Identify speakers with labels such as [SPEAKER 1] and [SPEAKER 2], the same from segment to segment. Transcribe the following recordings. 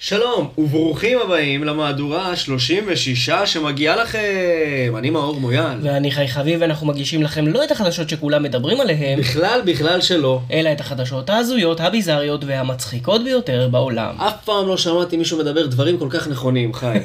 [SPEAKER 1] שלום, וברוכים הבאים למהדורה ה-36 שמגיעה לכם. אני מאור מויאל.
[SPEAKER 2] ואני חי חביב, ואנחנו מגישים לכם לא את החדשות שכולם מדברים עליהן,
[SPEAKER 1] בכלל, בכלל שלא.
[SPEAKER 2] אלא את החדשות ההזויות, הביזריות והמצחיקות ביותר בעולם.
[SPEAKER 1] אף פעם לא שמעתי מישהו מדבר דברים כל כך נכונים, חי.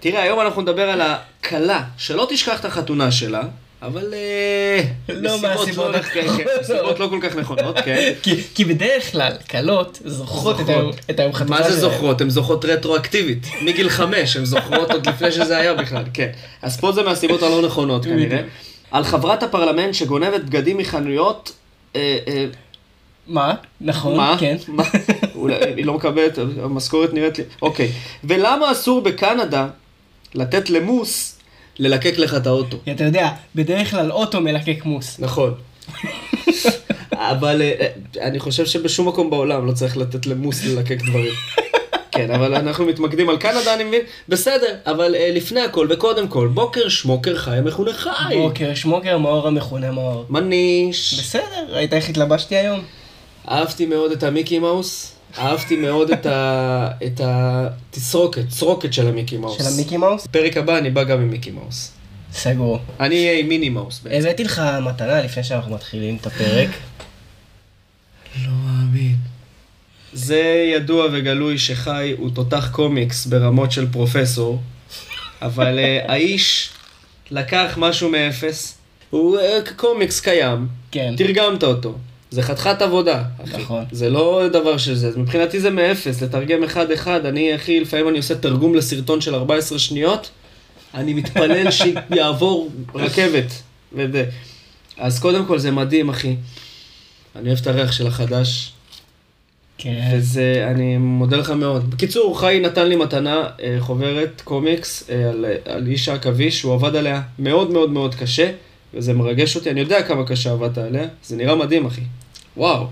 [SPEAKER 1] תראה, היום אנחנו נדבר על הכלה שלא תשכח את החתונה שלה. אבל אה,
[SPEAKER 2] לא
[SPEAKER 1] מסיבות
[SPEAKER 2] מהסיבות
[SPEAKER 1] לא נכ- כן, כן,
[SPEAKER 2] הנכונות.
[SPEAKER 1] מסיבות לא כל כך נכונות, כן.
[SPEAKER 2] כי, כי בדרך כלל, כלות זוכרות את היום, את היום חתונה
[SPEAKER 1] מה זה
[SPEAKER 2] שלהם.
[SPEAKER 1] זוכרות? הן זוכרות רטרואקטיבית. מגיל חמש, הן זוכרות עוד לפני שזה היה בכלל, כן. אז פה זה מהסיבות הלא נכונות כנראה.
[SPEAKER 2] בדיוק.
[SPEAKER 1] על חברת הפרלמנט שגונבת בגדים מחנויות, אה, אה,
[SPEAKER 2] מה? נכון,
[SPEAKER 1] מה?
[SPEAKER 2] כן.
[SPEAKER 1] מה? אולי היא לא מקבלת, המשכורת נראית לי, אוקיי. ולמה אסור בקנדה לתת למוס ללקק לך את האוטו?
[SPEAKER 2] כי אתה יודע, בדרך כלל אוטו מלקק מוס.
[SPEAKER 1] נכון. אבל אה, אה, אני חושב שבשום מקום בעולם לא צריך לתת למוס ללקק דברים. כן, אבל אנחנו מתמקדים על קנדה, אני מבין. בסדר, אבל אה, לפני הכל וקודם כל, בוקר שמוקר חי המכונה חי.
[SPEAKER 2] בוקר שמוקר מאור המכונה מאור.
[SPEAKER 1] מניש.
[SPEAKER 2] בסדר, ראית איך התלבשתי היום?
[SPEAKER 1] אהבתי מאוד את המיקי מאוס. אהבתי מאוד את ה- את התסרוקת, סרוקת של המיקי מאוס.
[SPEAKER 2] של המיקי מאוס?
[SPEAKER 1] בפרק הבא אני בא גם עם מיקי מאוס.
[SPEAKER 2] סגור.
[SPEAKER 1] אני אהיה עם מיני מאוס. בעצם.
[SPEAKER 2] הבאתי לך מתנה לפני שאנחנו מתחילים את הפרק.
[SPEAKER 1] לא מאמין. זה ידוע וגלוי שחי הוא תותח קומיקס ברמות של פרופסור, אבל אה, האיש לקח משהו מאפס. הוא אה, קומיקס קיים,
[SPEAKER 2] כן.
[SPEAKER 1] תרגמת אותו. זה חתיכת עבודה, אחי.
[SPEAKER 2] נכון.
[SPEAKER 1] זה לא דבר שזה, אז מבחינתי זה מאפס, לתרגם אחד-אחד. אני, אחי, לפעמים אני עושה תרגום לסרטון של 14 שניות, אני מתפלל שיעבור רכבת. וזה. אז קודם כל זה מדהים, אחי. אני אוהב את הריח של החדש,
[SPEAKER 2] כן.
[SPEAKER 1] וזה, אה, אני מודה לך מאוד. בקיצור, חי נתן לי מתנה, אה, חוברת קומיקס אה, על, על איש העכביש, הוא עבד עליה מאוד מאוד מאוד קשה, וזה מרגש אותי, אני יודע כמה קשה עבדת עליה, זה נראה מדהים, אחי. וואו,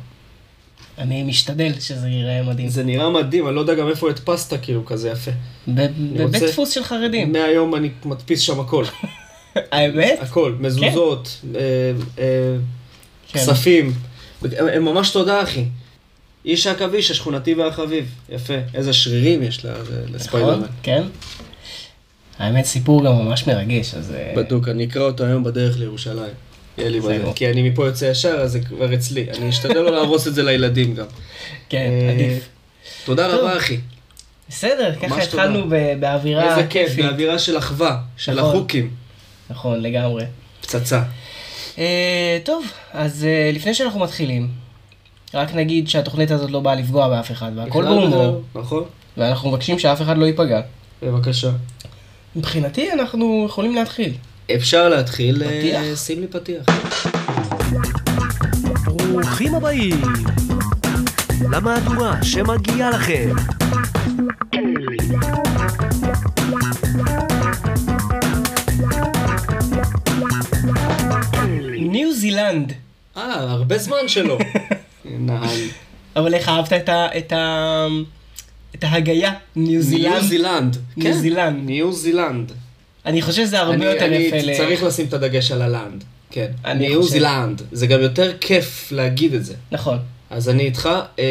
[SPEAKER 2] אני משתדל שזה ייראה מדהים.
[SPEAKER 1] זה נראה מדהים, אני לא יודע גם איפה הדפסת כאילו כזה יפה.
[SPEAKER 2] ב-
[SPEAKER 1] אני
[SPEAKER 2] בבית
[SPEAKER 1] רוצה-
[SPEAKER 2] דפוס של חרדים.
[SPEAKER 1] מהיום אני מדפיס שם הכל,
[SPEAKER 2] האמת?
[SPEAKER 1] הכל, מזוזות, אה, אה,
[SPEAKER 2] כן.
[SPEAKER 1] כספים. הם- הם ממש תודה, אחי. איש העכביש, השכונתי והחביב. יפה. איזה שרירים יש ל-
[SPEAKER 2] נכון?
[SPEAKER 1] לספיידרמן.
[SPEAKER 2] כן. האמת, סיפור גם ממש מרגש, אז... אה,
[SPEAKER 1] בדוק, אני אקרא אותו היום בדרך לירושלים. יהיה לי
[SPEAKER 2] בסדר.
[SPEAKER 1] בזה. כי אני מפה יוצא ישר, אז זה כבר אצלי. אני אשתדל לא להרוס את זה לילדים גם.
[SPEAKER 2] כן,
[SPEAKER 1] אה,
[SPEAKER 2] עדיף.
[SPEAKER 1] תודה
[SPEAKER 2] טוב.
[SPEAKER 1] רבה, אחי.
[SPEAKER 2] בסדר, ככה
[SPEAKER 1] ממש תודה.
[SPEAKER 2] התחלנו ב- באווירה...
[SPEAKER 1] איזה כיף,
[SPEAKER 2] כיפית.
[SPEAKER 1] באווירה של אחווה, של
[SPEAKER 2] אה, נכון.
[SPEAKER 1] החוקים.
[SPEAKER 2] נכון, לגמרי.
[SPEAKER 1] פצצה.
[SPEAKER 2] אה, טוב, אז אה, לפני שאנחנו מתחילים, רק נגיד שהתוכנית הזאת לא באה לפגוע באף אחד, והכל
[SPEAKER 1] בכלל
[SPEAKER 2] בהומור,
[SPEAKER 1] לא, נכון?
[SPEAKER 2] ואנחנו מבקשים שאף אחד לא ייפגע.
[SPEAKER 1] בבקשה.
[SPEAKER 2] מבחינתי, אנחנו יכולים להתחיל.
[SPEAKER 1] אפשר להתחיל. אה,
[SPEAKER 2] פתיח?
[SPEAKER 1] שים לי פתיח.
[SPEAKER 3] ברוכים הבאים למהדורה שמגיעה לכם.
[SPEAKER 2] ניו זילנד.
[SPEAKER 1] אה, הרבה זמן שלא. נעל.
[SPEAKER 2] אבל איך אהבת את ה... את ה... את ההגייה, ניו
[SPEAKER 1] ניו
[SPEAKER 2] זילנד.
[SPEAKER 1] זילנד.
[SPEAKER 2] ניו
[SPEAKER 1] כן.
[SPEAKER 2] זילנד.
[SPEAKER 1] ניו זילנד.
[SPEAKER 2] אני חושב שזה הרבה
[SPEAKER 1] אני-
[SPEAKER 2] יותר
[SPEAKER 1] אני
[SPEAKER 2] יפה ל...
[SPEAKER 1] צריך לשים את הדגש על הלנד. כן.
[SPEAKER 2] אני
[SPEAKER 1] ניו
[SPEAKER 2] חושב.
[SPEAKER 1] זילנד. זה גם יותר כיף להגיד את זה.
[SPEAKER 2] נכון.
[SPEAKER 1] אז אני איתך. אה,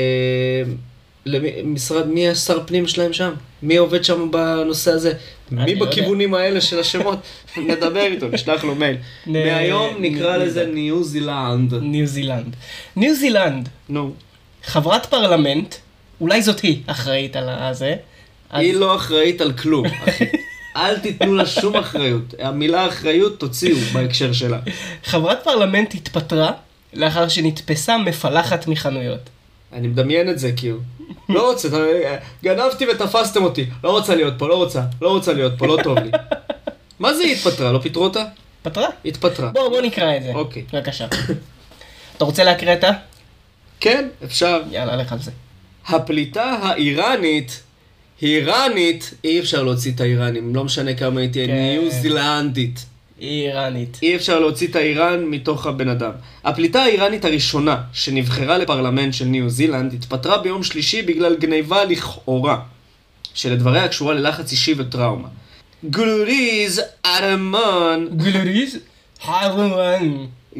[SPEAKER 1] למי- משרד, מי השר פנים שלהם שם? מי עובד שם בנושא הזה? מי
[SPEAKER 2] לא יודע.
[SPEAKER 1] בכיוונים האלה של השמות? נדבר איתו, נשלח לו מייל.
[SPEAKER 2] נ-
[SPEAKER 1] מהיום
[SPEAKER 2] נ-
[SPEAKER 1] נקרא
[SPEAKER 2] נ-
[SPEAKER 1] לזה ניו זילנד.
[SPEAKER 2] ניו זילנד. ניו זילנד,
[SPEAKER 1] נו.
[SPEAKER 2] חברת פרלמנט, אולי זאת היא אחראית על הזה. אז-
[SPEAKER 1] היא לא אחראית על כלום, אחי. אל תיתנו לה שום אחריות. המילה אחריות תוציאו בהקשר שלה.
[SPEAKER 2] חברת פרלמנט התפטרה לאחר שנתפסה מפלחת מחנויות.
[SPEAKER 1] אני מדמיין את זה, כאילו. לא רוצה, אתה- גנבתי ותפסתם אותי. לא רוצה להיות פה, לא רוצה. לא רוצה להיות פה, לא טוב לי. מה זה היא התפטרה? לא פיטרו אותה?
[SPEAKER 2] התפטרה?
[SPEAKER 1] התפטרה.
[SPEAKER 2] בואו, בואו נקרא את זה.
[SPEAKER 1] אוקיי.
[SPEAKER 2] בבקשה. אתה רוצה להקריא את ה?
[SPEAKER 1] כן, אפשר.
[SPEAKER 2] יאללה, לך על זה.
[SPEAKER 1] הפליטה האיראנית, איראנית, אי אפשר להוציא את האיראנים, לא משנה כמה היא תהיה
[SPEAKER 2] כן.
[SPEAKER 1] ניו זילנדית.
[SPEAKER 2] היא איראנית.
[SPEAKER 1] אי אפשר להוציא את האיראן מתוך הבן אדם. הפליטה האיראנית הראשונה שנבחרה לפרלמנט של ניו זילנד התפטרה ביום שלישי בגלל גניבה לכאורה, שלדבריה קשורה ללחץ אישי וטראומה. גולוריז ארמן,
[SPEAKER 2] גלוריז חרמן.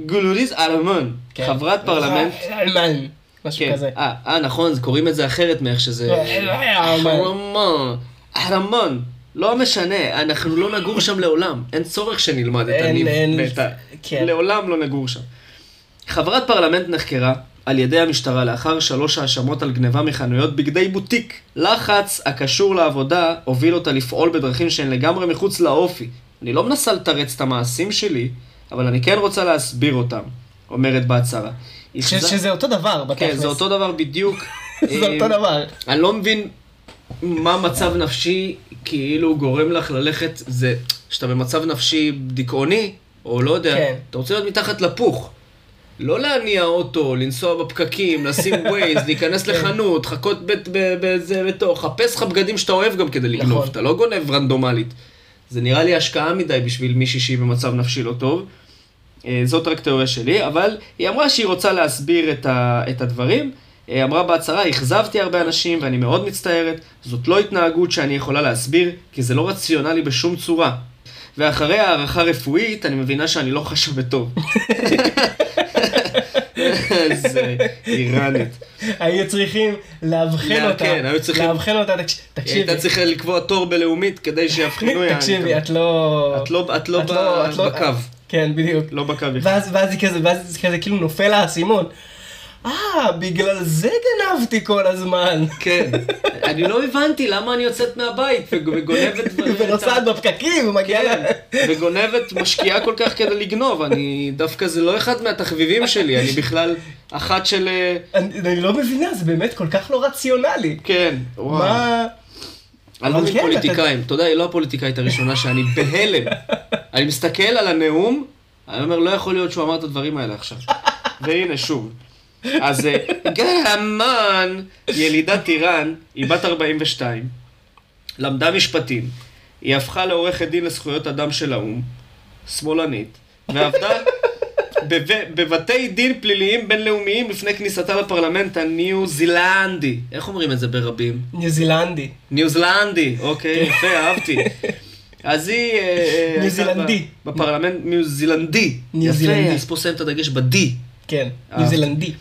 [SPEAKER 1] גולוריז ארמן,
[SPEAKER 2] כן.
[SPEAKER 1] חברת פרלמנט,
[SPEAKER 2] חרמן. משהו
[SPEAKER 1] כן.
[SPEAKER 2] כזה. אה,
[SPEAKER 1] אה, אה, נכון, זה- קוראים את זה אחרת מאיך שזה... חרמון. חרמון. לא משנה, אנחנו לא נגור שם לעולם. אין צורך שנלמד את
[SPEAKER 2] אין-
[SPEAKER 1] הניב.
[SPEAKER 2] אין-
[SPEAKER 1] ואת ה-
[SPEAKER 2] כן.
[SPEAKER 1] לעולם לא נגור שם. חברת פרלמנט נחקרה על ידי המשטרה לאחר שלוש האשמות על גניבה מחנויות בגדי בוטיק. לחץ הקשור לעבודה הוביל אותה לפעול בדרכים שהן לגמרי מחוץ לאופי. אני לא מנסה לתרץ את המעשים שלי, אבל אני כן רוצה להסביר אותם, אומרת בהצהרה.
[SPEAKER 2] ש- שזה אותו דבר,
[SPEAKER 1] כן,
[SPEAKER 2] בתכלס.
[SPEAKER 1] זה אותו דבר בדיוק.
[SPEAKER 2] זה אותו
[SPEAKER 1] אה,
[SPEAKER 2] דבר.
[SPEAKER 1] אני לא מבין מה מצב נפשי כאילו גורם לך ללכת, זה שאתה במצב נפשי דיכאוני, או לא יודע,
[SPEAKER 2] כן.
[SPEAKER 1] אתה רוצה להיות מתחת לפוך. לא להניע אוטו, לנסוע בפקקים, לשים ווייז, להיכנס לחנות, חכות בת- ב- בזה בתוך, חפש לך בגדים שאתה אוהב גם כדי לגנוב,
[SPEAKER 2] נכון.
[SPEAKER 1] אתה לא גונב רנדומלית. זה נראה לי השקעה מדי בשביל מישהי שהיא במצב נפשי לא טוב. אה, זאת רק תיאוריה שלי, אבל היא אמרה שהיא רוצה להסביר את, ה, את הדברים. אה, אמרה בהצהרה, אכזבתי הרבה אנשים ואני מאוד מצטערת, זאת לא התנהגות שאני יכולה להסביר, כי זה לא רציונלי בשום צורה. ואחרי הערכה רפואית, אני מבינה שאני לא חשה בטוב. זה איראנית.
[SPEAKER 2] היו צריכים לאבחן
[SPEAKER 1] לא,
[SPEAKER 2] אותה.
[SPEAKER 1] כן, היו צריכים-
[SPEAKER 2] לאבחן אותה, תקש-
[SPEAKER 1] היא
[SPEAKER 2] תקשיבי.
[SPEAKER 1] הייתה צריכה לקבוע תור בלאומית כדי שיבחינו יעני.
[SPEAKER 2] תקשיבי, את לא...
[SPEAKER 1] את לא- את לא ב-
[SPEAKER 2] את לא-
[SPEAKER 1] בקו.
[SPEAKER 2] כן, בדיוק.
[SPEAKER 1] לא בקו יחד.
[SPEAKER 2] ואז, ואז היא כזה, ואז זה כזה כאילו נופל לה האסימון. אה, בגלל זה גנבתי כל הזמן.
[SPEAKER 1] כן. אני לא הבנתי למה אני יוצאת מהבית וגונבת דברים.
[SPEAKER 2] ונוסעת בפקקים ומגיעה ל...
[SPEAKER 1] כן, וגונבת, משקיעה כל כך כדי לגנוב, אני דווקא זה לא אחד מהתחביבים שלי, אני בכלל אחת של... אה,
[SPEAKER 2] אני, אני לא מבינה, זה באמת כל כך לא רציונלי.
[SPEAKER 1] כן, וואו.
[SPEAKER 2] מה...
[SPEAKER 1] אני לא
[SPEAKER 2] אבל
[SPEAKER 1] מבין
[SPEAKER 2] כן,
[SPEAKER 1] פוליטיקאים, אתה יודע, היא לא הפוליטיקאית הראשונה שאני בהלם. אני מסתכל על הנאום, אני אומר, לא יכול להיות שהוא אמר את הדברים האלה עכשיו. והנה, שוב. אז אה, גרמן, ילידת איראן, היא בת 42, למדה משפטים, היא הפכה לעורכת דין לזכויות אדם של האו"ם, שמאלנית, ועבדה בב- בבתי דין פליליים בינלאומיים לפני כניסתה לפרלמנט הניו זילנדי. איך אומרים את זה ברבים?
[SPEAKER 2] ניו זילנדי.
[SPEAKER 1] ניו זילנדי, אוקיי, יפה, אהבתי. אז היא... אה, אה,
[SPEAKER 2] ניו
[SPEAKER 1] הייתה
[SPEAKER 2] זילנדי.
[SPEAKER 1] ב- בפרלמנט ניו זילנדי.
[SPEAKER 2] ניו זילנדי.
[SPEAKER 1] יפה, אז פה שמים את הדגש ב-D.
[SPEAKER 2] כן,
[SPEAKER 1] אה.
[SPEAKER 2] ניו זילנדי.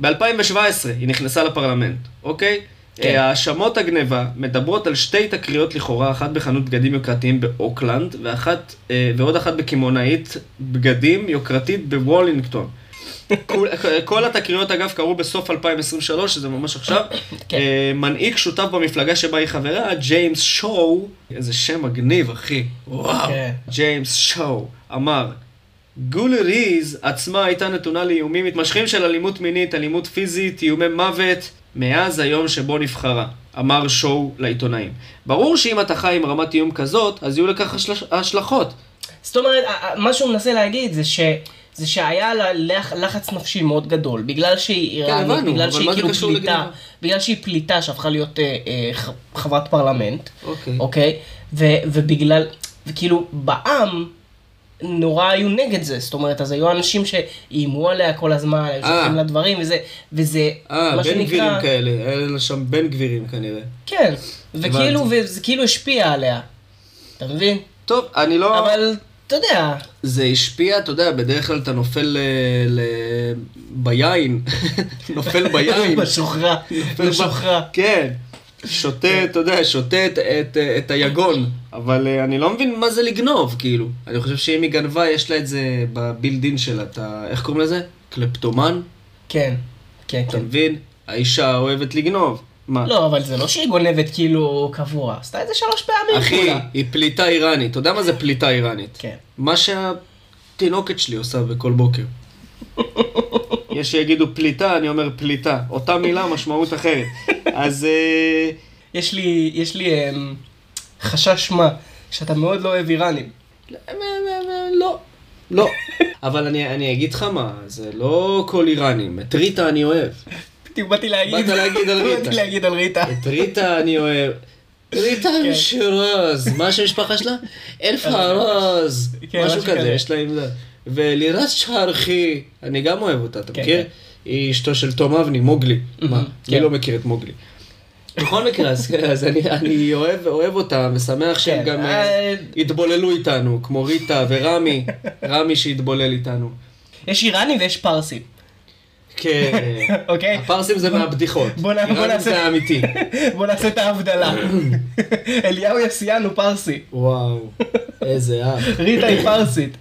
[SPEAKER 1] ב-2017 היא נכנסה לפרלמנט, אוקיי?
[SPEAKER 2] כן.
[SPEAKER 1] אה, האשמות הגניבה מדברות על שתי תקריות לכאורה, אחת בחנות בגדים יוקרתיים באוקלנד, ואחת, אה, ועוד אחת בקמעונאית בגדים יוקרתית בוולינגטון. כל- כל התקריות אגב קרו בסוף 2023, שזה ממש עכשיו.
[SPEAKER 2] כן.
[SPEAKER 1] אה, מנהיג שותף במפלגה שבה היא חברה, ג'יימס שואו, איזה שם מגניב אחי, וואו,
[SPEAKER 2] כן.
[SPEAKER 1] ג'יימס שואו, אמר, גולי ריז עצמה הייתה נתונה לאיומים מתמשכים של אלימות מינית, אלימות פיזית, איומי מוות, מאז היום שבו נבחרה, אמר שואו לעיתונאים. ברור שאם אתה חי עם רמת איום כזאת, אז יהיו לכך השלש- השלכות.
[SPEAKER 2] זאת אומרת, ה- ה- מה שהוא מנסה להגיד זה ש... זה שהיה לה לח- לחץ נפשי מאוד גדול, בגלל שהיא איראנית,
[SPEAKER 1] כן, הבנו,
[SPEAKER 2] בגלל
[SPEAKER 1] אבל
[SPEAKER 2] שהיא
[SPEAKER 1] מה זה
[SPEAKER 2] כאילו
[SPEAKER 1] קשור
[SPEAKER 2] פליטה,
[SPEAKER 1] לגניבה?
[SPEAKER 2] בגלל שהיא פליטה שהפכה להיות אה, אה, ח- חברת פרלמנט,
[SPEAKER 1] אוקיי.
[SPEAKER 2] אוקיי? ו- ובגלל, וכאילו בעם נורא היו נגד זה, זאת אומרת, אז היו אנשים שאיימו עליה כל הזמן, היו
[SPEAKER 1] אה.
[SPEAKER 2] שולחים לה דברים, וזה, וזה,
[SPEAKER 1] אה, בן
[SPEAKER 2] מה
[SPEAKER 1] גבירים
[SPEAKER 2] שנקרא,
[SPEAKER 1] כאלה, היה לה שם בן גבירים כנראה.
[SPEAKER 2] כן, וכאילו, וזה כאילו השפיע עליה, אתה מבין?
[SPEAKER 1] טוב, אני לא...
[SPEAKER 2] אבל, אתה יודע,
[SPEAKER 1] זה השפיע, אתה יודע, בדרך כלל אתה נופל ל... ל... ביין. נופל ביין.
[SPEAKER 2] בשוכרה,
[SPEAKER 1] נופל ב-
[SPEAKER 2] בשוכרה.
[SPEAKER 1] כן.
[SPEAKER 2] כן.
[SPEAKER 1] שותה, אתה יודע, שותה את, את, את היגון. אבל אה, אני לא מבין מה זה לגנוב, כאילו. אני חושב שאם היא גנבה, יש לה את זה בבילדין שלה. אתה... איך קוראים לזה? קלפטומן?
[SPEAKER 2] כן, כן,
[SPEAKER 1] אתה
[SPEAKER 2] כן.
[SPEAKER 1] מבין? האישה אוהבת לגנוב. מה?
[SPEAKER 2] לא, אבל זה לא שהיא גונבת כאילו קבוע, עשתה את זה שלוש פעמים.
[SPEAKER 1] אחי,
[SPEAKER 2] כולה.
[SPEAKER 1] היא פליטה איראנית. אתה יודע מה זה פליטה איראנית?
[SPEAKER 2] כן.
[SPEAKER 1] מה שהתינוקת שלי עושה בכל בוקר. יש שיגידו פליטה, אני אומר פליטה. אותה מילה, משמעות אחרת. אז... אה,
[SPEAKER 2] יש לי, יש לי אמ, חשש מה, שאתה מאוד לא אוהב איראנים.
[SPEAKER 1] לא. לא. אבל אני, אני אגיד לך מה, זה לא כל איראנים. את ריטה אני אוהב.
[SPEAKER 2] בדיוק באתי להגיד.
[SPEAKER 1] באת להגיד על ריטה.
[SPEAKER 2] באתי להגיד על ריטה.
[SPEAKER 1] את ריטה אני אוהב. ריטה
[SPEAKER 2] כן.
[SPEAKER 1] משירוז, מה שם המשפחה שלה? אלף ארוז,
[SPEAKER 2] כן,
[SPEAKER 1] משהו
[SPEAKER 2] משהו
[SPEAKER 1] כזה,
[SPEAKER 2] כזה.
[SPEAKER 1] יש להם זה. ולירז שערכי, אני גם אוהב אותה, אתה
[SPEAKER 2] כן,
[SPEAKER 1] מכיר?
[SPEAKER 2] כן.
[SPEAKER 1] היא אשתו של תום אבני, מוגלי. מה? אני
[SPEAKER 2] כן.
[SPEAKER 1] לא מכיר את מוגלי. בכל מקרה, אז- אז אני- אני אוהב אוהב אותה, ושמח שהם
[SPEAKER 2] כן,
[SPEAKER 1] גם אה,
[SPEAKER 2] אה,
[SPEAKER 1] התבוללו איתנו, כמו ריטה ורמי, רמי שהתבולל איתנו.
[SPEAKER 2] יש איראנים ויש פרסים.
[SPEAKER 1] כן.
[SPEAKER 2] אוקיי?
[SPEAKER 1] הפרסים זה מהבדיחות.
[SPEAKER 2] בוא נע- בוא
[SPEAKER 1] איראנים
[SPEAKER 2] נעשה-
[SPEAKER 1] זה האמיתי.
[SPEAKER 2] בוא נעשה את ההבדלה. אליהו יסיאן הוא פרסי,
[SPEAKER 1] וואו, איזה אח.
[SPEAKER 2] ריטה היא פרסית.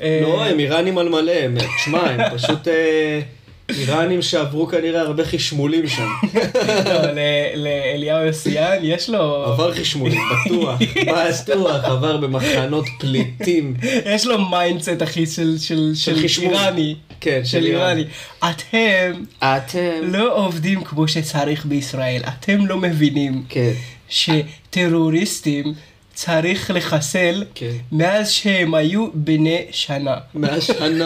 [SPEAKER 2] אה,
[SPEAKER 1] לא, הם איראנים על מלא, הם, תשמע, הם פשוט אה, איראנים שעברו כנראה הרבה חשמולים שם.
[SPEAKER 2] לא, ל- לאליהו יסיאן יש לו...
[SPEAKER 1] עבר חשמולים, בטוח, בטוח, עבר במחנות פליטים.
[SPEAKER 2] יש לו מיינדסט אחי של, של, של,
[SPEAKER 1] חשמול.
[SPEAKER 2] איראני.
[SPEAKER 1] כן,
[SPEAKER 2] של,
[SPEAKER 1] של איראני.
[SPEAKER 2] איראני. אתם
[SPEAKER 1] אתם,
[SPEAKER 2] לא עובדים כמו שצריך בישראל. אתם לא מבינים
[SPEAKER 1] כן,
[SPEAKER 2] שטרוריסטים צריך לחסל
[SPEAKER 1] כן.
[SPEAKER 2] מאז שהם היו בני שנה.
[SPEAKER 1] מהשנה.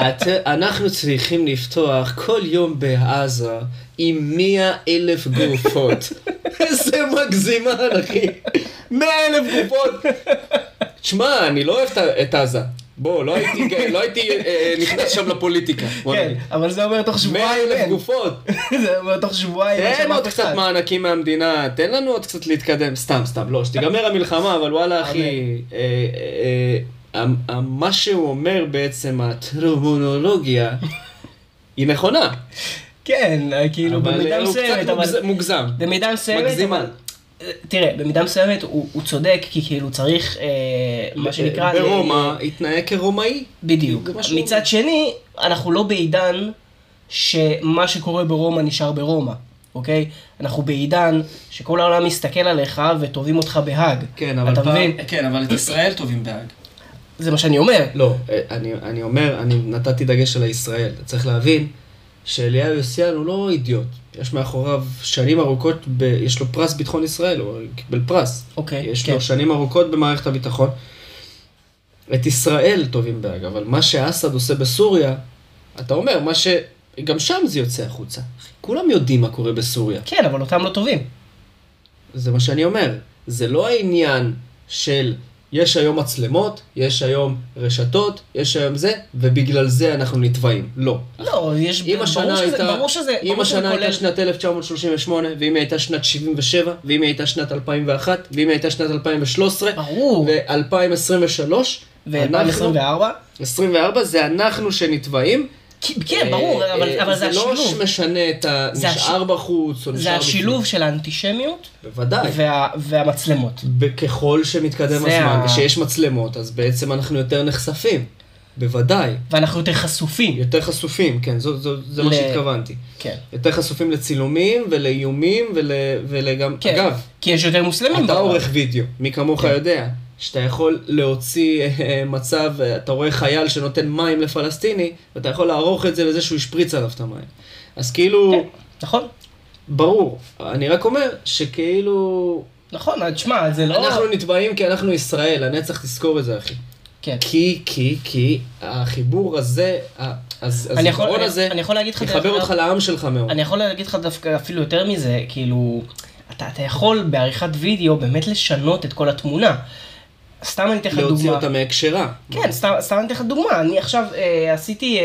[SPEAKER 1] את- אנחנו צריכים לפתוח כל יום בעזה עם 100 אלף גופות. איזה מגזימה, אחי. 100 אלף גופות. תשמע, אני לא אוהב את- את עזה. בוא, לא הייתי, גא- לא הייתי אה, נכנס שם לפוליטיקה. בוא
[SPEAKER 2] כן,
[SPEAKER 1] נגיד.
[SPEAKER 2] אבל זה אומר תוך
[SPEAKER 1] 100
[SPEAKER 2] שבועיים.
[SPEAKER 1] אלף
[SPEAKER 2] אין.
[SPEAKER 1] גופות.
[SPEAKER 2] זה אומר תוך שבועיים. אין
[SPEAKER 1] תן
[SPEAKER 2] שם
[SPEAKER 1] עוד
[SPEAKER 2] אף
[SPEAKER 1] קצת
[SPEAKER 2] אחד.
[SPEAKER 1] מענקים מהמדינה, תן לנו עוד קצת להתקדם, סתם, סתם, לא, שתיגמר המלחמה, אבל וואלה, אחי, אה, אה, אה, המ- המ- מה שהוא אומר בעצם, הטרמונולוגיה, היא נכונה,
[SPEAKER 2] כן, כאילו
[SPEAKER 1] אבל
[SPEAKER 2] במידה
[SPEAKER 1] הוא
[SPEAKER 2] מסוימת,
[SPEAKER 1] קצת
[SPEAKER 2] אבל...
[SPEAKER 1] מוגז- מוגזם.
[SPEAKER 2] במידה מסוימת,
[SPEAKER 1] מגזימה.
[SPEAKER 2] אבל... תראה, במידה מסוימת הוא, הוא צודק, כי כאילו צריך, אה, מה שנקרא...
[SPEAKER 1] ברומא התנהג כרומאי,
[SPEAKER 2] בדיוק.
[SPEAKER 1] זה מה שהוא
[SPEAKER 2] מצד
[SPEAKER 1] אומר.
[SPEAKER 2] שני, אנחנו לא בעידן שמה שקורה ברומא נשאר ברומא, אוקיי? אנחנו בעידן שכל העולם מסתכל עליך ותובעים אותך בהאג.
[SPEAKER 1] כן, אבל
[SPEAKER 2] אתה
[SPEAKER 1] פעם-
[SPEAKER 2] מבין?
[SPEAKER 1] כן, אבל את ישראל טובים בהאג.
[SPEAKER 2] זה מה שאני אומר.
[SPEAKER 1] לא, אה, אני, אני אומר, אני נתתי דגש על הישראל. צריך להבין שאליהו יוסיאן הוא לא אידיוט. יש מאחוריו שנים ארוכות, ב, יש לו פרס ביטחון ישראל, הוא קיבל פרס.
[SPEAKER 2] אוקיי,
[SPEAKER 1] יש
[SPEAKER 2] כן.
[SPEAKER 1] לו שנים ארוכות במערכת הביטחון. את ישראל טובים באג, אבל מה שאסד עושה בסוריה, אתה אומר, מה ש... גם שם זה יוצא החוצה. כולם יודעים מה קורה בסוריה.
[SPEAKER 2] כן, אבל אותם לא טובים.
[SPEAKER 1] זה מה שאני אומר. זה לא העניין של יש היום מצלמות, יש היום רשתות, יש היום זה, ובגלל זה אנחנו נתבעים. לא.
[SPEAKER 2] לא, יש...
[SPEAKER 1] אם
[SPEAKER 2] ברור
[SPEAKER 1] השנה
[SPEAKER 2] שזה-
[SPEAKER 1] הייתה,
[SPEAKER 2] ברור שזה...
[SPEAKER 1] אם
[SPEAKER 2] ברור שזה
[SPEAKER 1] השנה
[SPEAKER 2] כולל-
[SPEAKER 1] הייתה שנת 1938, ואם היא הייתה שנת 77, ואם היא הייתה שנת 2001, ואם היא הייתה שנת 2013,
[SPEAKER 2] ברור.
[SPEAKER 1] ו-2023, אנחנו,
[SPEAKER 2] ו-2024?
[SPEAKER 1] 24 זה אנחנו שנתבעים.
[SPEAKER 2] כן, ברור,
[SPEAKER 1] אה,
[SPEAKER 2] אבל-
[SPEAKER 1] אה,
[SPEAKER 2] אבל זה השילוב.
[SPEAKER 1] לא משנה את ה...
[SPEAKER 2] זה הש-
[SPEAKER 1] נשאר בחוץ או נשאר
[SPEAKER 2] זה השילוב
[SPEAKER 1] בפנים.
[SPEAKER 2] של האנטישמיות
[SPEAKER 1] בוודאי.
[SPEAKER 2] וה- והמצלמות.
[SPEAKER 1] וככל שמתקדם
[SPEAKER 2] זה
[SPEAKER 1] הזמן
[SPEAKER 2] ה-
[SPEAKER 1] ושיש מצלמות, אז בעצם אנחנו יותר נחשפים. בוודאי.
[SPEAKER 2] ואנחנו יותר חשופים.
[SPEAKER 1] יותר חשופים, כן, זו, זו, זה
[SPEAKER 2] ל-
[SPEAKER 1] מה שהתכוונתי.
[SPEAKER 2] כן.
[SPEAKER 1] יותר חשופים לצילומים ולאיומים ול, ולגם...
[SPEAKER 2] כן.
[SPEAKER 1] אגב,
[SPEAKER 2] כי יש יותר מוסלמים.
[SPEAKER 1] אתה
[SPEAKER 2] בעולם.
[SPEAKER 1] עורך וידאו, מי כמוך
[SPEAKER 2] כן.
[SPEAKER 1] יודע, שאתה יכול להוציא אה, מצב, אה, אתה רואה חייל שנותן מים לפלסטיני, ואתה יכול לערוך את זה לזה שהוא השפריץ עליו את המים. אז כאילו,
[SPEAKER 2] כן, נכון,
[SPEAKER 1] ברור, אני רק אומר שכאילו,
[SPEAKER 2] נכון, אז תשמע, זה לא...
[SPEAKER 1] אנחנו נתבעים כי אנחנו ישראל, הנצח תזכור את זה, אחי.
[SPEAKER 2] כן.
[SPEAKER 1] כי, כי, כי החיבור הזה, ה- הז-
[SPEAKER 2] אני יכול-
[SPEAKER 1] הזיכרון
[SPEAKER 2] אני-
[SPEAKER 1] הזה,
[SPEAKER 2] אני יכול להגיד לך... דרך
[SPEAKER 1] יחבר
[SPEAKER 2] אגב-
[SPEAKER 1] אותך לעם שלך מאוד.
[SPEAKER 2] אני יכול להגיד לך דווקא אפילו יותר מזה, כאילו, אתה, אתה יכול בעריכת וידאו באמת לשנות את כל התמונה. סתם אני אתן לך דוגמה.
[SPEAKER 1] להוציא אותה מהקשרה.
[SPEAKER 2] כן, סתם סתם אני אתן לך דוגמה, אני עכשיו אה, עשיתי, אה,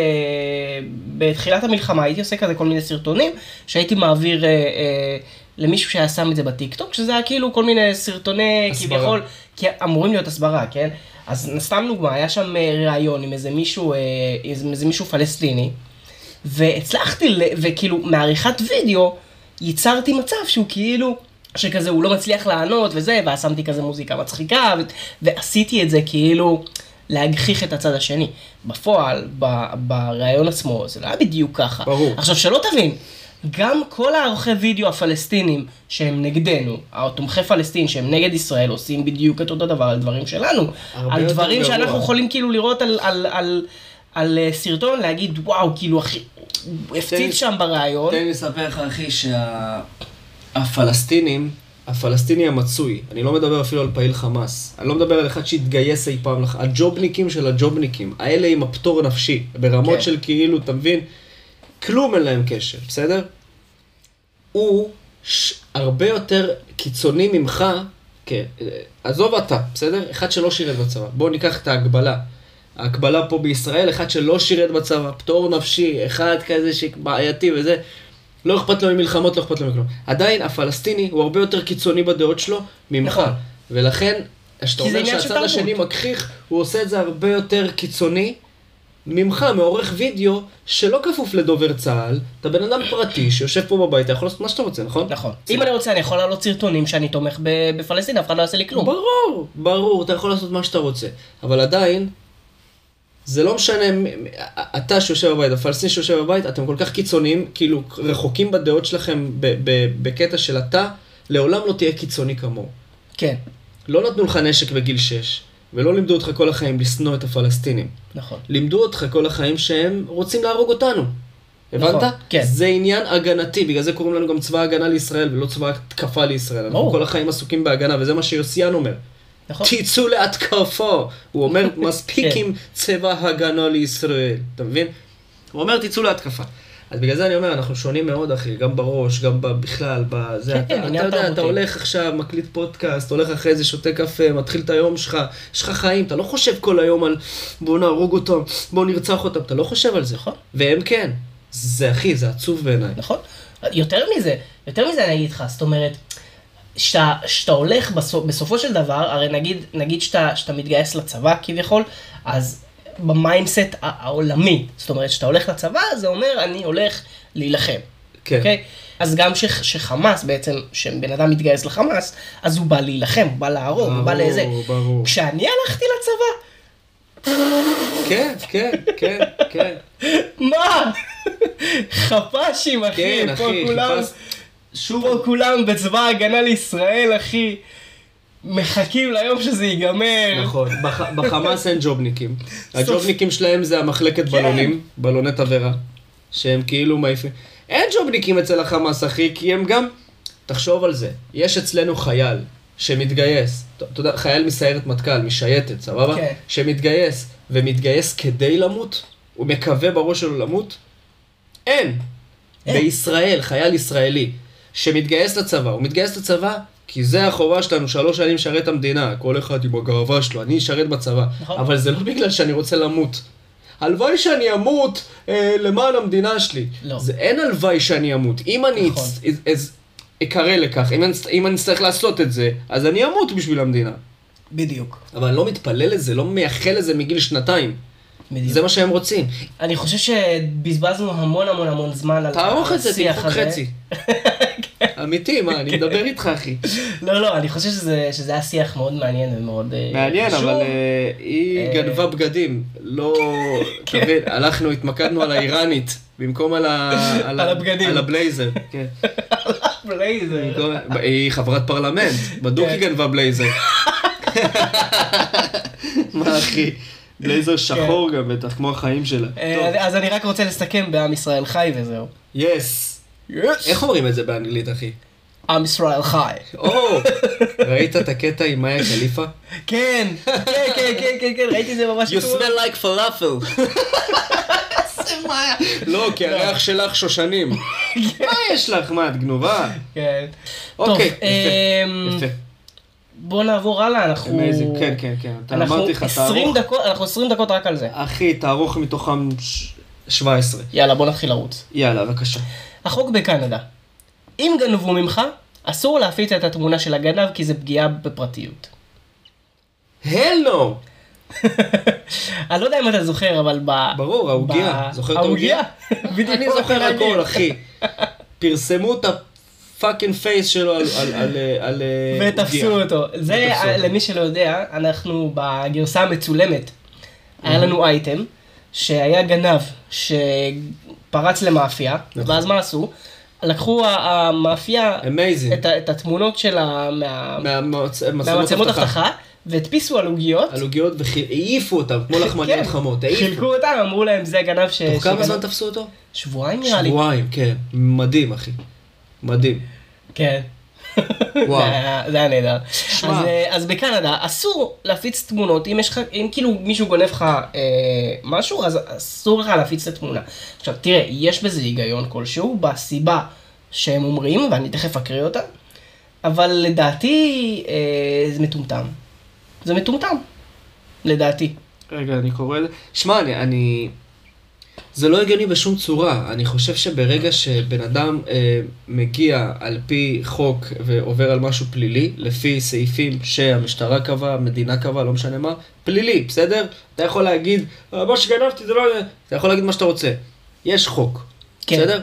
[SPEAKER 2] בתחילת המלחמה הייתי עושה כזה כל מיני סרטונים, שהייתי מעביר אה, אה, למישהו שהיה שם את זה בטיקטוק, שזה היה כאילו כל מיני סרטוני,
[SPEAKER 1] הסברה.
[SPEAKER 2] כביכול, כי אמורים להיות הסברה, כן? אז סתם דוגמה, היה שם אה, ראיון עם איזה מישהו, אה, עם איזה מישהו פלסטיני, והצלחתי, ל- וכאילו, מעריכת וידאו, ייצרתי מצב שהוא כאילו, שכזה הוא לא מצליח לענות וזה, ואז שמתי כזה מוזיקה מצחיקה, ו- ועשיתי את זה כאילו להגחיך את הצד השני. בפועל, ב- בריאיון עצמו, זה לא היה בדיוק ככה.
[SPEAKER 1] ברור.
[SPEAKER 2] עכשיו, שלא תבין. גם כל העורכי וידאו הפלסטינים שהם נגדנו, התומכי פלסטין שהם נגד ישראל, עושים בדיוק את אותו דבר על דברים שלנו.
[SPEAKER 1] הרבה
[SPEAKER 2] על
[SPEAKER 1] יותר
[SPEAKER 2] דברים
[SPEAKER 1] גרוע.
[SPEAKER 2] שאנחנו יכולים כאילו לראות על, על, על, על אה, סרטון, להגיד וואו, כאילו אחי, הוא הפציץ שם בריאיון.
[SPEAKER 1] תן לי לספר לך, אחי, שהפלסטינים, הפלסטיני המצוי, אני לא מדבר אפילו על פעיל חמאס, אני לא מדבר על אחד שהתגייס אי פעם, לח- הג'ובניקים של הג'ובניקים, האלה עם הפטור הנפשי, ברמות
[SPEAKER 2] כן.
[SPEAKER 1] של כאילו, אתה מבין? כלום אין להם קשר, בסדר? הוא ש... הרבה יותר קיצוני ממך, כן, אה, עזוב אתה, בסדר? אחד שלא שירת בצבא. בואו ניקח את ההגבלה. ההגבלה פה בישראל, אחד שלא שירת בצבא, פטור נפשי, אחד כזה שבעייתי וזה. לא אכפת לו ממלחמות, לא אכפת לו מכלום. עדיין, הפלסטיני הוא הרבה יותר קיצוני בדעות שלו ממך.
[SPEAKER 2] נכון.
[SPEAKER 1] ולכן, כשאתה
[SPEAKER 2] כי זה
[SPEAKER 1] אומר
[SPEAKER 2] עניין של
[SPEAKER 1] שהצד
[SPEAKER 2] תרבות.
[SPEAKER 1] השני מכחיך, הוא עושה את זה הרבה יותר קיצוני, ממך, מעורך וידאו, שלא כפוף לדובר צה"ל, אתה בן אדם פרטי שיושב פה בבית, אתה יכול לעשות מה שאתה רוצה, נכון?
[SPEAKER 2] נכון. אם אני רוצה, אני יכול להעלות סרטונים שאני תומך ב- בפלסטין, אף אחד לא יעשה לי כלום.
[SPEAKER 1] ברור, ברור, אתה יכול לעשות מה שאתה רוצה. אבל עדיין, זה לא משנה, מ- מ- אתה שיושב בבית, הפלסטיני שיושב בבית, אתם כל כך קיצוניים, כאילו רחוקים בדעות שלכם ב- ב- בקטע של אתה, לעולם לא תהיה קיצוני כמוהו.
[SPEAKER 2] כן,
[SPEAKER 1] לא נתנו לך נשק בגיל 6, ולא לימדו אותך כל החיים לשנוא את הפלסטינים.
[SPEAKER 2] נכון.
[SPEAKER 1] לימדו אותך כל החיים שהם רוצים להרוג אותנו. הבנת?
[SPEAKER 2] נכון, כן.
[SPEAKER 1] זה עניין הגנתי, בגלל זה קוראים לנו גם צבא הגנה לישראל, ולא צבא התקפה לישראל. אנחנו
[SPEAKER 2] ברור.
[SPEAKER 1] כל החיים עסוקים בהגנה, וזה מה שיוסיאן אומר.
[SPEAKER 2] נכון.
[SPEAKER 1] תצאו להתקפה. הוא אומר, מספיק
[SPEAKER 2] כן.
[SPEAKER 1] עם צבא הגנה לישראל. אתה מבין? הוא אומר, תצאו להתקפה. אז בגלל זה אני אומר, אנחנו שונים מאוד, אחי, גם בראש, גם ב- בכלל, בזה.
[SPEAKER 2] כן,
[SPEAKER 1] אתה, אתה
[SPEAKER 2] עניין
[SPEAKER 1] יודע, אתה
[SPEAKER 2] תרבותי.
[SPEAKER 1] הולך עכשיו, מקליט פודקאסט, הולך אחרי זה, שותה קפה, מתחיל את היום שלך, יש לך חיים, אתה לא חושב כל היום על בוא נהרוג אותם, בוא נרצח אותם, אתה לא חושב על זה.
[SPEAKER 2] נכון.
[SPEAKER 1] והם כן. זה, אחי, זה עצוב בעיניי.
[SPEAKER 2] נכון. יותר מזה, יותר מזה אני אגיד לך, זאת אומרת, שאתה שאתה הולך בסופ, בסופו של דבר, הרי נגיד, נגיד שאתה, שאתה מתגייס לצבא כביכול, אז במיינדסט ה- העולמי, זאת אומרת, שאתה הולך לצבא, זה אומר, אני הולך להילחם.
[SPEAKER 1] כן.
[SPEAKER 2] אוקיי? אז גם ש, שחמאס בעצם, שבן אדם מתגייס לחמאס, אז הוא בא להילחם, הוא בא להרוג, הוא בא
[SPEAKER 1] ברור,
[SPEAKER 2] לאיזה...
[SPEAKER 1] ברור.
[SPEAKER 2] כשאני הלכתי לצבא,
[SPEAKER 1] כן, כן, כן, כן.
[SPEAKER 2] מה? חפ"שים, אחי,
[SPEAKER 1] כן,
[SPEAKER 2] פה
[SPEAKER 1] אחי,
[SPEAKER 2] כולם...
[SPEAKER 1] חיפש... שוב,
[SPEAKER 2] פה כולם בצבא ההגנה לישראל, אחי. מחכים ליום שזה ייגמר.
[SPEAKER 1] נכון, בח- בחמאס אין ג'ובניקים. הג'ובניקים שלהם זה המחלקת בלונים, בלוני תבערה, שהם כאילו מעיפים. אין ג'ובניקים אצל החמאס, אחי, כי הם גם... תחשוב על זה, יש אצלנו חייל שמתגייס, ת- אתה יודע, חייל מסיירת מטכ"ל, משייטת, סבבה?
[SPEAKER 2] כן.
[SPEAKER 1] שמתגייס, ומתגייס כדי למות, הוא מקווה בראש שלו למות, אין.
[SPEAKER 2] אין.
[SPEAKER 1] כן. בישראל, חייל ישראלי, שמתגייס לצבא, הוא מתגייס לצבא כי זה החובה שלנו, שלוש שנים לשרת את המדינה, כל אחד עם הגאווה שלו, אני אשרת בצבא,
[SPEAKER 2] נכון.
[SPEAKER 1] אבל זה לא בגלל שאני רוצה למות. הלוואי שאני אמות אה, למען המדינה שלי.
[SPEAKER 2] לא.
[SPEAKER 1] זה אין הלוואי שאני אמות. אם אני
[SPEAKER 2] נכון.
[SPEAKER 1] אצ- אצ- אצ- אקרא לכך, אם אני אצ- אם אני אצטרך לעשות את זה, אז אני אמות בשביל המדינה.
[SPEAKER 2] בדיוק.
[SPEAKER 1] אבל אני לא מתפלל לזה, לא מייחל לזה מגיל שנתיים.
[SPEAKER 2] בדיוק.
[SPEAKER 1] זה מה שהם רוצים.
[SPEAKER 2] אני חושב שבזבזנו המון המון המון זמן על
[SPEAKER 1] תערוך את זה,
[SPEAKER 2] השיח
[SPEAKER 1] תמחוק
[SPEAKER 2] הזה. כן.
[SPEAKER 1] חצי. אמיתי, מה, אני מדבר איתך, אחי.
[SPEAKER 2] לא, לא, אני חושב שזה, שזה היה שיח מאוד מעניין ומאוד אה,
[SPEAKER 1] מעניין,
[SPEAKER 2] חשוב.
[SPEAKER 1] אבל אה, היא
[SPEAKER 2] אה, כן.
[SPEAKER 1] גנבה בגדים. לא, תבין, הלכנו, התמקדנו על האיראנית, במקום על ה-
[SPEAKER 2] על הבגדים.
[SPEAKER 1] על הבלייזר. כן.
[SPEAKER 2] בלייזר.
[SPEAKER 1] במקום- היא חברת פרלמנט, בדוק היא
[SPEAKER 2] כן.
[SPEAKER 1] גנבה בלייזר. מה, אחי? בלייזר שחור גם בטח, כמו החיים שלה.
[SPEAKER 2] כן. אה,
[SPEAKER 1] טוב.
[SPEAKER 2] אז אני רק רוצה לסכם בעם ישראל חי וזהו.
[SPEAKER 1] יס. איך אומרים את זה באנגלית, אחי?
[SPEAKER 2] עם ישראל חי.
[SPEAKER 1] או, ראית את הקטע עם מאיה קליפה?
[SPEAKER 2] כן, כן, כן, כן, כן, כן, ראיתי את זה ממש... אתמול.
[SPEAKER 1] like falafel.
[SPEAKER 2] זה מה-
[SPEAKER 1] לא, כי הריח שלך שושנים. מה יש לך? מה, את גנובה?
[SPEAKER 2] כן.
[SPEAKER 1] אוקיי,
[SPEAKER 2] טוב,
[SPEAKER 1] יפה,
[SPEAKER 2] אמ,
[SPEAKER 1] יפה.
[SPEAKER 2] בוא נעבור הלאה, אנחנו...
[SPEAKER 1] Amazing, כן, כן, כן. אתה
[SPEAKER 2] אנחנו
[SPEAKER 1] אמרתי לך,
[SPEAKER 2] 20
[SPEAKER 1] תערוך.
[SPEAKER 2] דקות, אנחנו 20 דקות רק על זה.
[SPEAKER 1] אחי, תערוך מתוכם ש- 17.
[SPEAKER 2] יאללה, בוא נתחיל לרוץ.
[SPEAKER 1] יאללה, בבקשה.
[SPEAKER 2] החוק בקנדה. אם גנבו ממך, אסור להפיץ את התמונה של הגנב כי זה פגיעה בפרטיות.
[SPEAKER 1] הל נו!
[SPEAKER 2] אני לא יודע אם אתה זוכר, אבל ב...
[SPEAKER 1] ברור, העוגיה.
[SPEAKER 2] ב-
[SPEAKER 1] זוכר את העוגיה?
[SPEAKER 2] בדיוק.
[SPEAKER 1] אני זוכר
[SPEAKER 2] מעניין.
[SPEAKER 1] הכל, אחי. פרסמו את הפאקינג פייס שלו על- על- על... אה, על, אה,
[SPEAKER 2] ותפסו
[SPEAKER 1] עוגיה.
[SPEAKER 2] אותו. זה,
[SPEAKER 1] ותפסו אותו.
[SPEAKER 2] למי שלא יודע, אנחנו בגרסה המצולמת. היה לנו אייטם שהיה גנב שפרץ למאפיה,
[SPEAKER 1] נכון.
[SPEAKER 2] ואז מה עשו? לקחו ה- המאפיה
[SPEAKER 1] Amazing.
[SPEAKER 2] את ה- את התמונות שלה מה-
[SPEAKER 1] מהמצלמות
[SPEAKER 2] מהמצלמות
[SPEAKER 1] אבטחה.
[SPEAKER 2] אבטחה, והדפיסו על עוגיות.
[SPEAKER 1] על עוגיות והעיפו אותן, כמו לחמניות
[SPEAKER 2] כן.
[SPEAKER 1] חמות. העיפו.
[SPEAKER 2] חילקו אותם, אמרו להם זה הגנב ש...
[SPEAKER 1] תוך כמה
[SPEAKER 2] שגנב."
[SPEAKER 1] זמן תפסו אותו?
[SPEAKER 2] שבועיים נראה לי.
[SPEAKER 1] שבועיים, כן. מדהים, אחי. מדהים.
[SPEAKER 2] כן.
[SPEAKER 1] וואו.
[SPEAKER 2] זה היה- זה היה נהדר.
[SPEAKER 1] שמע.
[SPEAKER 2] אז, אה, אז בקנדה אסור להפיץ תמונות, אם יש לך, אם כאילו מישהו גונב לך אה, משהו, אז אסור לך להפיץ את התמונה. עכשיו תראה, יש בזה היגיון כלשהו, בסיבה שהם אומרים, ואני תכף אקריא אותה, אבל לדעתי אה, זה מטומטם. זה מטומטם, לדעתי.
[SPEAKER 1] רגע, אני קורא... שמע, אני... אני... זה לא הגיוני בשום צורה. אני חושב שברגע שבן אדם אה, מגיע על פי חוק ועובר על משהו פלילי, לפי סעיפים שהמשטרה קבעה, המדינה קבעה, לא משנה מה, פלילי, בסדר? אתה יכול להגיד, "אה, מה שגנבתי זה לא... אתה יכול להגיד מה שאתה רוצה. יש חוק,
[SPEAKER 2] כן.
[SPEAKER 1] כן. בסדר?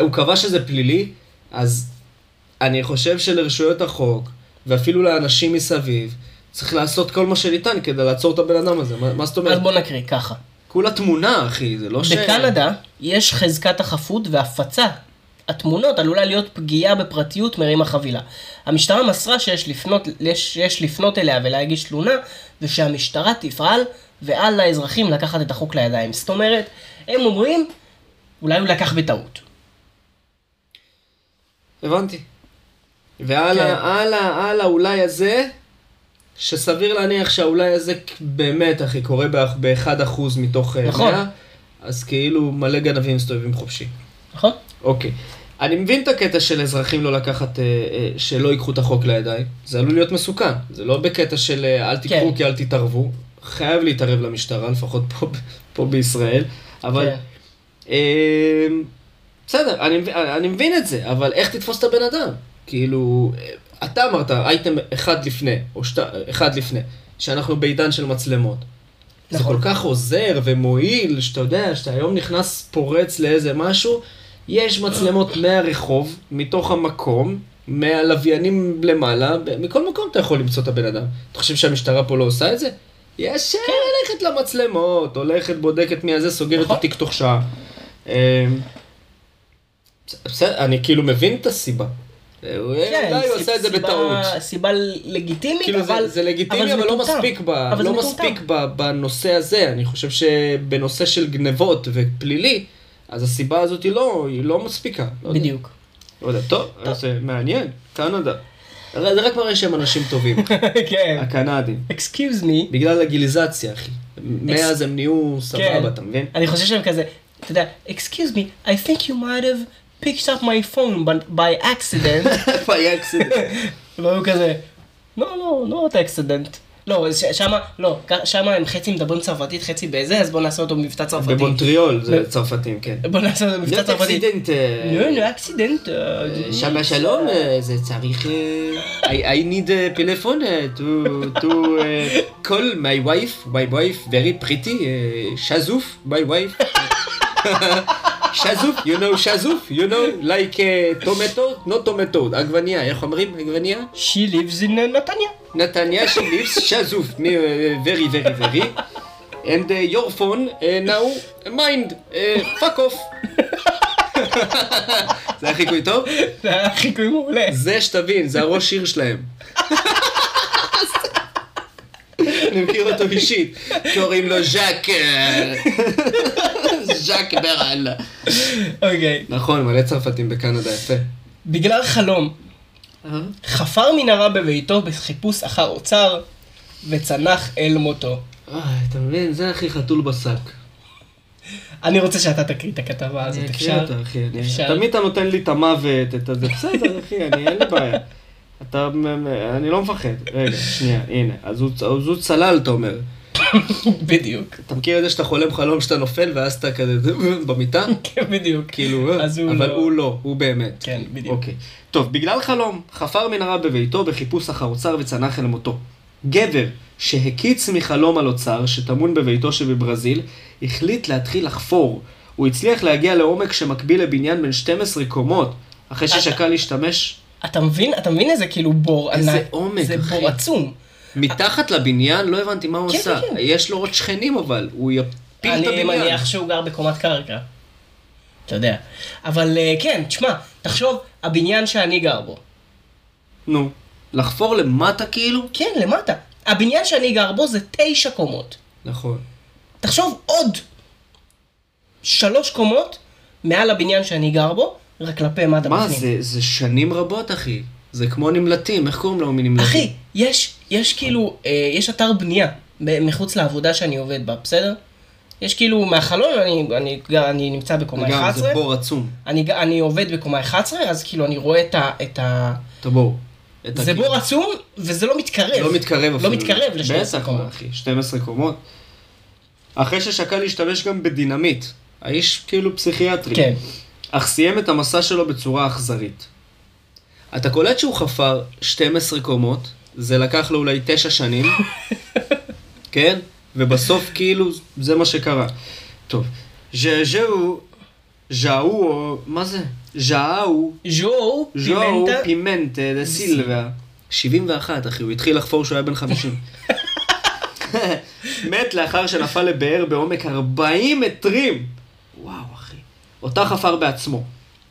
[SPEAKER 1] הוא קבע שזה פלילי, אז אני חושב שלרשויות החוק, ואפילו לאנשים מסביב, צריך לעשות כל מה שניתן כדי לעצור את הבן אדם הזה. מה, מה זאת אומרת?
[SPEAKER 2] אז בוא נקריא ככה.
[SPEAKER 1] כולה תמונה, אחי, זה לא ש...
[SPEAKER 2] בקנדה יש חזקת החפות והפצה. התמונות עלולה להיות פגיעה בפרטיות מרים החבילה. המשטרה מסרה שיש לפנות, יש, יש לפנות אליה ולהגיש תלונה, ושהמשטרה תפעל ועל האזרחים לקחת את החוק לידיים. זאת אומרת, הם אומרים, אולי הוא לקח בטעות.
[SPEAKER 1] הבנתי. ועל
[SPEAKER 2] כן.
[SPEAKER 1] ה- על ה- על האולי הזה, שסביר להניח שהאולי הזה כ- באמת, אחי, קורה ב-1% מתוך אה, 100,
[SPEAKER 2] נכון.
[SPEAKER 1] אז כאילו מלא גנבים מסתובבים חופשי.
[SPEAKER 2] נכון?
[SPEAKER 1] אוקיי. אני מבין את הקטע של אזרחים לא לקחת, אה, אה, שלא ייקחו את החוק לידיים. זה עלול להיות מסוכן. זה לא בקטע של אה, אל תיקחו
[SPEAKER 2] כן.
[SPEAKER 1] כי אל תתערבו. חייב להתערב למשטרה, לפחות פה, ב- פה בישראל. אבל...
[SPEAKER 2] כן.
[SPEAKER 1] אה, בסדר, אני, מב- אני מבין את זה, אבל איך תתפוס את הבן אדם? כאילו, אה, אתה אמרת, אייטם אחד לפני, או שת, אחד לפני, שאנחנו בעידן של מצלמות. זה
[SPEAKER 2] נכון.
[SPEAKER 1] כל כך עוזר ומועיל, שאתה יודע, שאתה היום נכנס פורץ לאיזה משהו, יש מצלמות מהרחוב, מתוך המקום, מהלוויינים למעלה, ב- מכל מקום אתה יכול למצוא את הבן אדם. אתה חושב שהמשטרה פה לא עושה את זה?
[SPEAKER 2] כן.
[SPEAKER 1] ישר הולכת למצלמות, הולכת, בודקת מי הזה, סוגרת את
[SPEAKER 2] נכון.
[SPEAKER 1] התיק תוך שעה. אה, בסדר, אני כאילו מבין את הסיבה. אה, אולי הוא
[SPEAKER 2] כן, סיב-
[SPEAKER 1] עשה את זה
[SPEAKER 2] סיבה-
[SPEAKER 1] בטעות.
[SPEAKER 2] סיבה לגיטימית,
[SPEAKER 1] כאילו זה,
[SPEAKER 2] אבל...
[SPEAKER 1] זה לגיטימי, אבל, לא
[SPEAKER 2] מטומטם.
[SPEAKER 1] מספיק, ב,
[SPEAKER 2] אבל זה
[SPEAKER 1] לא
[SPEAKER 2] מטומטם.
[SPEAKER 1] מספיק ב, בנושא הזה. אני חושב שבנושא של גנבות ופלילי, אז הסיבה הזאת היא לא, היא לא מספיקה. לא יודע.
[SPEAKER 2] בדיוק.
[SPEAKER 1] לא יודע, טוב, אז זה מעניין, קנדה. הרי זה רק מראה שהם אנשים טובים,
[SPEAKER 2] כן.
[SPEAKER 1] אוקיי. הקנדים.
[SPEAKER 2] אקסקיוז מי.
[SPEAKER 1] בגלל הגיליזציה, אחי. מאז הם נהיו
[SPEAKER 2] כן.
[SPEAKER 1] סבבה, אתה מבין?
[SPEAKER 2] אני חושב שהם כזה, אתה יודע, excuse me, I think you might have picked up my phone but by accident.
[SPEAKER 1] איפה היה אקסידנט?
[SPEAKER 2] והיו כזה, no, no, not accident. לא, ש- שמה, לא, כ- שמה הם חצי מדברים צרפתית, חצי בזה, אז בואו נעשה אותו מבטא צרפתי.
[SPEAKER 1] במונטריול, זה צרפתים, כן.
[SPEAKER 2] בואו נעשה אותו מבטא
[SPEAKER 1] להיות
[SPEAKER 2] צרפתי.
[SPEAKER 1] אקסידנט, אה,
[SPEAKER 2] לא, לא, accident.
[SPEAKER 1] אה,
[SPEAKER 2] אה,
[SPEAKER 1] שמה שלום, אה, זה צריך... אה, I, I need a פלאפון אה, to, to אה, call my wife, my wife very pretty, אה, שזוף, my wife. שזוף, you know שזוף, you know, like uh, tomato, not tomato, עגבנייה, איך אומרים עגבנייה?
[SPEAKER 2] She lives in uh, נתניה.
[SPEAKER 1] נתניה she lives שזוף, מ- אה, very very very. And uh, your phone uh, now mind, uh, fuck off. זה היה חיקוי טוב?
[SPEAKER 2] זה היה חיקוי מעולה.
[SPEAKER 1] זה שתבין, זה הראש עיר שלהם. אני מכיר אותו אישית, קוראים לו ז'אק, אה, ז'אק ברל.
[SPEAKER 2] אוקיי.
[SPEAKER 1] נכון, מלא צרפתים בקנדה, יפה.
[SPEAKER 2] בגלל חלום, חפר מנהרה בביתו בחיפוש אחר אוצר, וצנח אל מותו.
[SPEAKER 1] אה, אתה מבין, זה הכי חתול בשק.
[SPEAKER 2] אני רוצה שאתה תקריא את הכתבה הזאת,
[SPEAKER 1] אני
[SPEAKER 2] אפשר?
[SPEAKER 1] אקריא אותו, אחי. אני-
[SPEAKER 2] אפשר?
[SPEAKER 1] תמיד אתה נותן לי את המוות, את הזה. בסדר, אחי, אני, אין לי בעיה. אתה, מ- מ- אני לא מפחד. רגע, שנייה, הנה. אז הוא צ- אז הוא צלל, אתה אומר.
[SPEAKER 2] בדיוק.
[SPEAKER 1] אתה מכיר את זה שאתה חולם חלום שאתה נופל, ואז אתה כזה במיטה?
[SPEAKER 2] כן, בדיוק.
[SPEAKER 1] כאילו, אה,
[SPEAKER 2] אז הוא
[SPEAKER 1] אבל
[SPEAKER 2] לא.
[SPEAKER 1] הוא לא, הוא באמת.
[SPEAKER 2] כן, בדיוק.
[SPEAKER 1] אוקיי. טוב, בגלל חלום, חפר מנהרה בביתו בחיפוש אחר אוצר וצנח אל מותו. גבר שהקיץ מחלום על אוצר שטמון בביתו שבברזיל, החליט להתחיל לחפור. הוא הצליח להגיע לעומק שמקביל לבניין בן 12 קומות, אחרי ששקל להשתמש
[SPEAKER 2] אתה מבין? אתה מבין איזה כאילו בור
[SPEAKER 1] איזה
[SPEAKER 2] ענק?
[SPEAKER 1] עומק,
[SPEAKER 2] זה
[SPEAKER 1] אחי.
[SPEAKER 2] בור עצום.
[SPEAKER 1] מתחת לבניין, לא הבנתי מה הוא
[SPEAKER 2] כן,
[SPEAKER 1] עשה.
[SPEAKER 2] כן, כן.
[SPEAKER 1] יש לו עוד שכנים אבל, הוא יפיל את
[SPEAKER 2] אני
[SPEAKER 1] הבניין.
[SPEAKER 2] מניח שהוא גר בקומת קרקע. אתה יודע. אבל אה, כן, תשמע, תחשוב, הבניין שאני גר בו.
[SPEAKER 1] נו, לחפור למטה כאילו?
[SPEAKER 2] כן, למטה. הבניין שאני גר בו זה תשע קומות.
[SPEAKER 1] נכון.
[SPEAKER 2] תחשוב עוד שלוש קומות מעל הבניין שאני גר בו, רק כלפי מטה
[SPEAKER 1] מה
[SPEAKER 2] בפנים.
[SPEAKER 1] זה, זה שנים רבות, אחי. זה כמו נמלטים, איך קוראים לו מנמלטים?
[SPEAKER 2] אחי, יש, יש כאילו, אה, יש אתר בנייה ב- מחוץ לעבודה שאני עובד בה, בסדר? יש כאילו, מהחלון אני, אני, גר- אני נמצא בקומה
[SPEAKER 1] וגם, זה
[SPEAKER 2] 11,
[SPEAKER 1] בור עצום.
[SPEAKER 2] אני, ג- אני עובד בקומה 11, אז כאילו אני רואה את ה... את ה...
[SPEAKER 1] את הבור. את
[SPEAKER 2] זה
[SPEAKER 1] הק-
[SPEAKER 2] בור עצום, וזה לא מתקרב.
[SPEAKER 1] לא מתקרב אפילו.
[SPEAKER 2] לא מתקרב לשני
[SPEAKER 1] בטח, מה, אחי, 12 קומות. אחרי ששקל להשתמש גם בדינמיט. האיש כאילו פסיכיאטרי.
[SPEAKER 2] כן.
[SPEAKER 1] אך סיים את המסע שלו בצורה אכזרית. אתה קולט שהוא חפר 12 קומות, זה לקח לו אולי 9 שנים, כן? ובסוף כאילו זה מה שקרה. טוב, ז'או, ז'או, מה זה? ז'או,
[SPEAKER 2] ז'ו
[SPEAKER 1] ז'או
[SPEAKER 2] פימנטה.
[SPEAKER 1] פימנטה דה סילבה. 71, אחי, הוא התחיל לחפור כשהוא היה בן 50. מת לאחר שנפל לבאר בעומק 40 מטרים. וואו, אחי. אותה חפר בעצמו,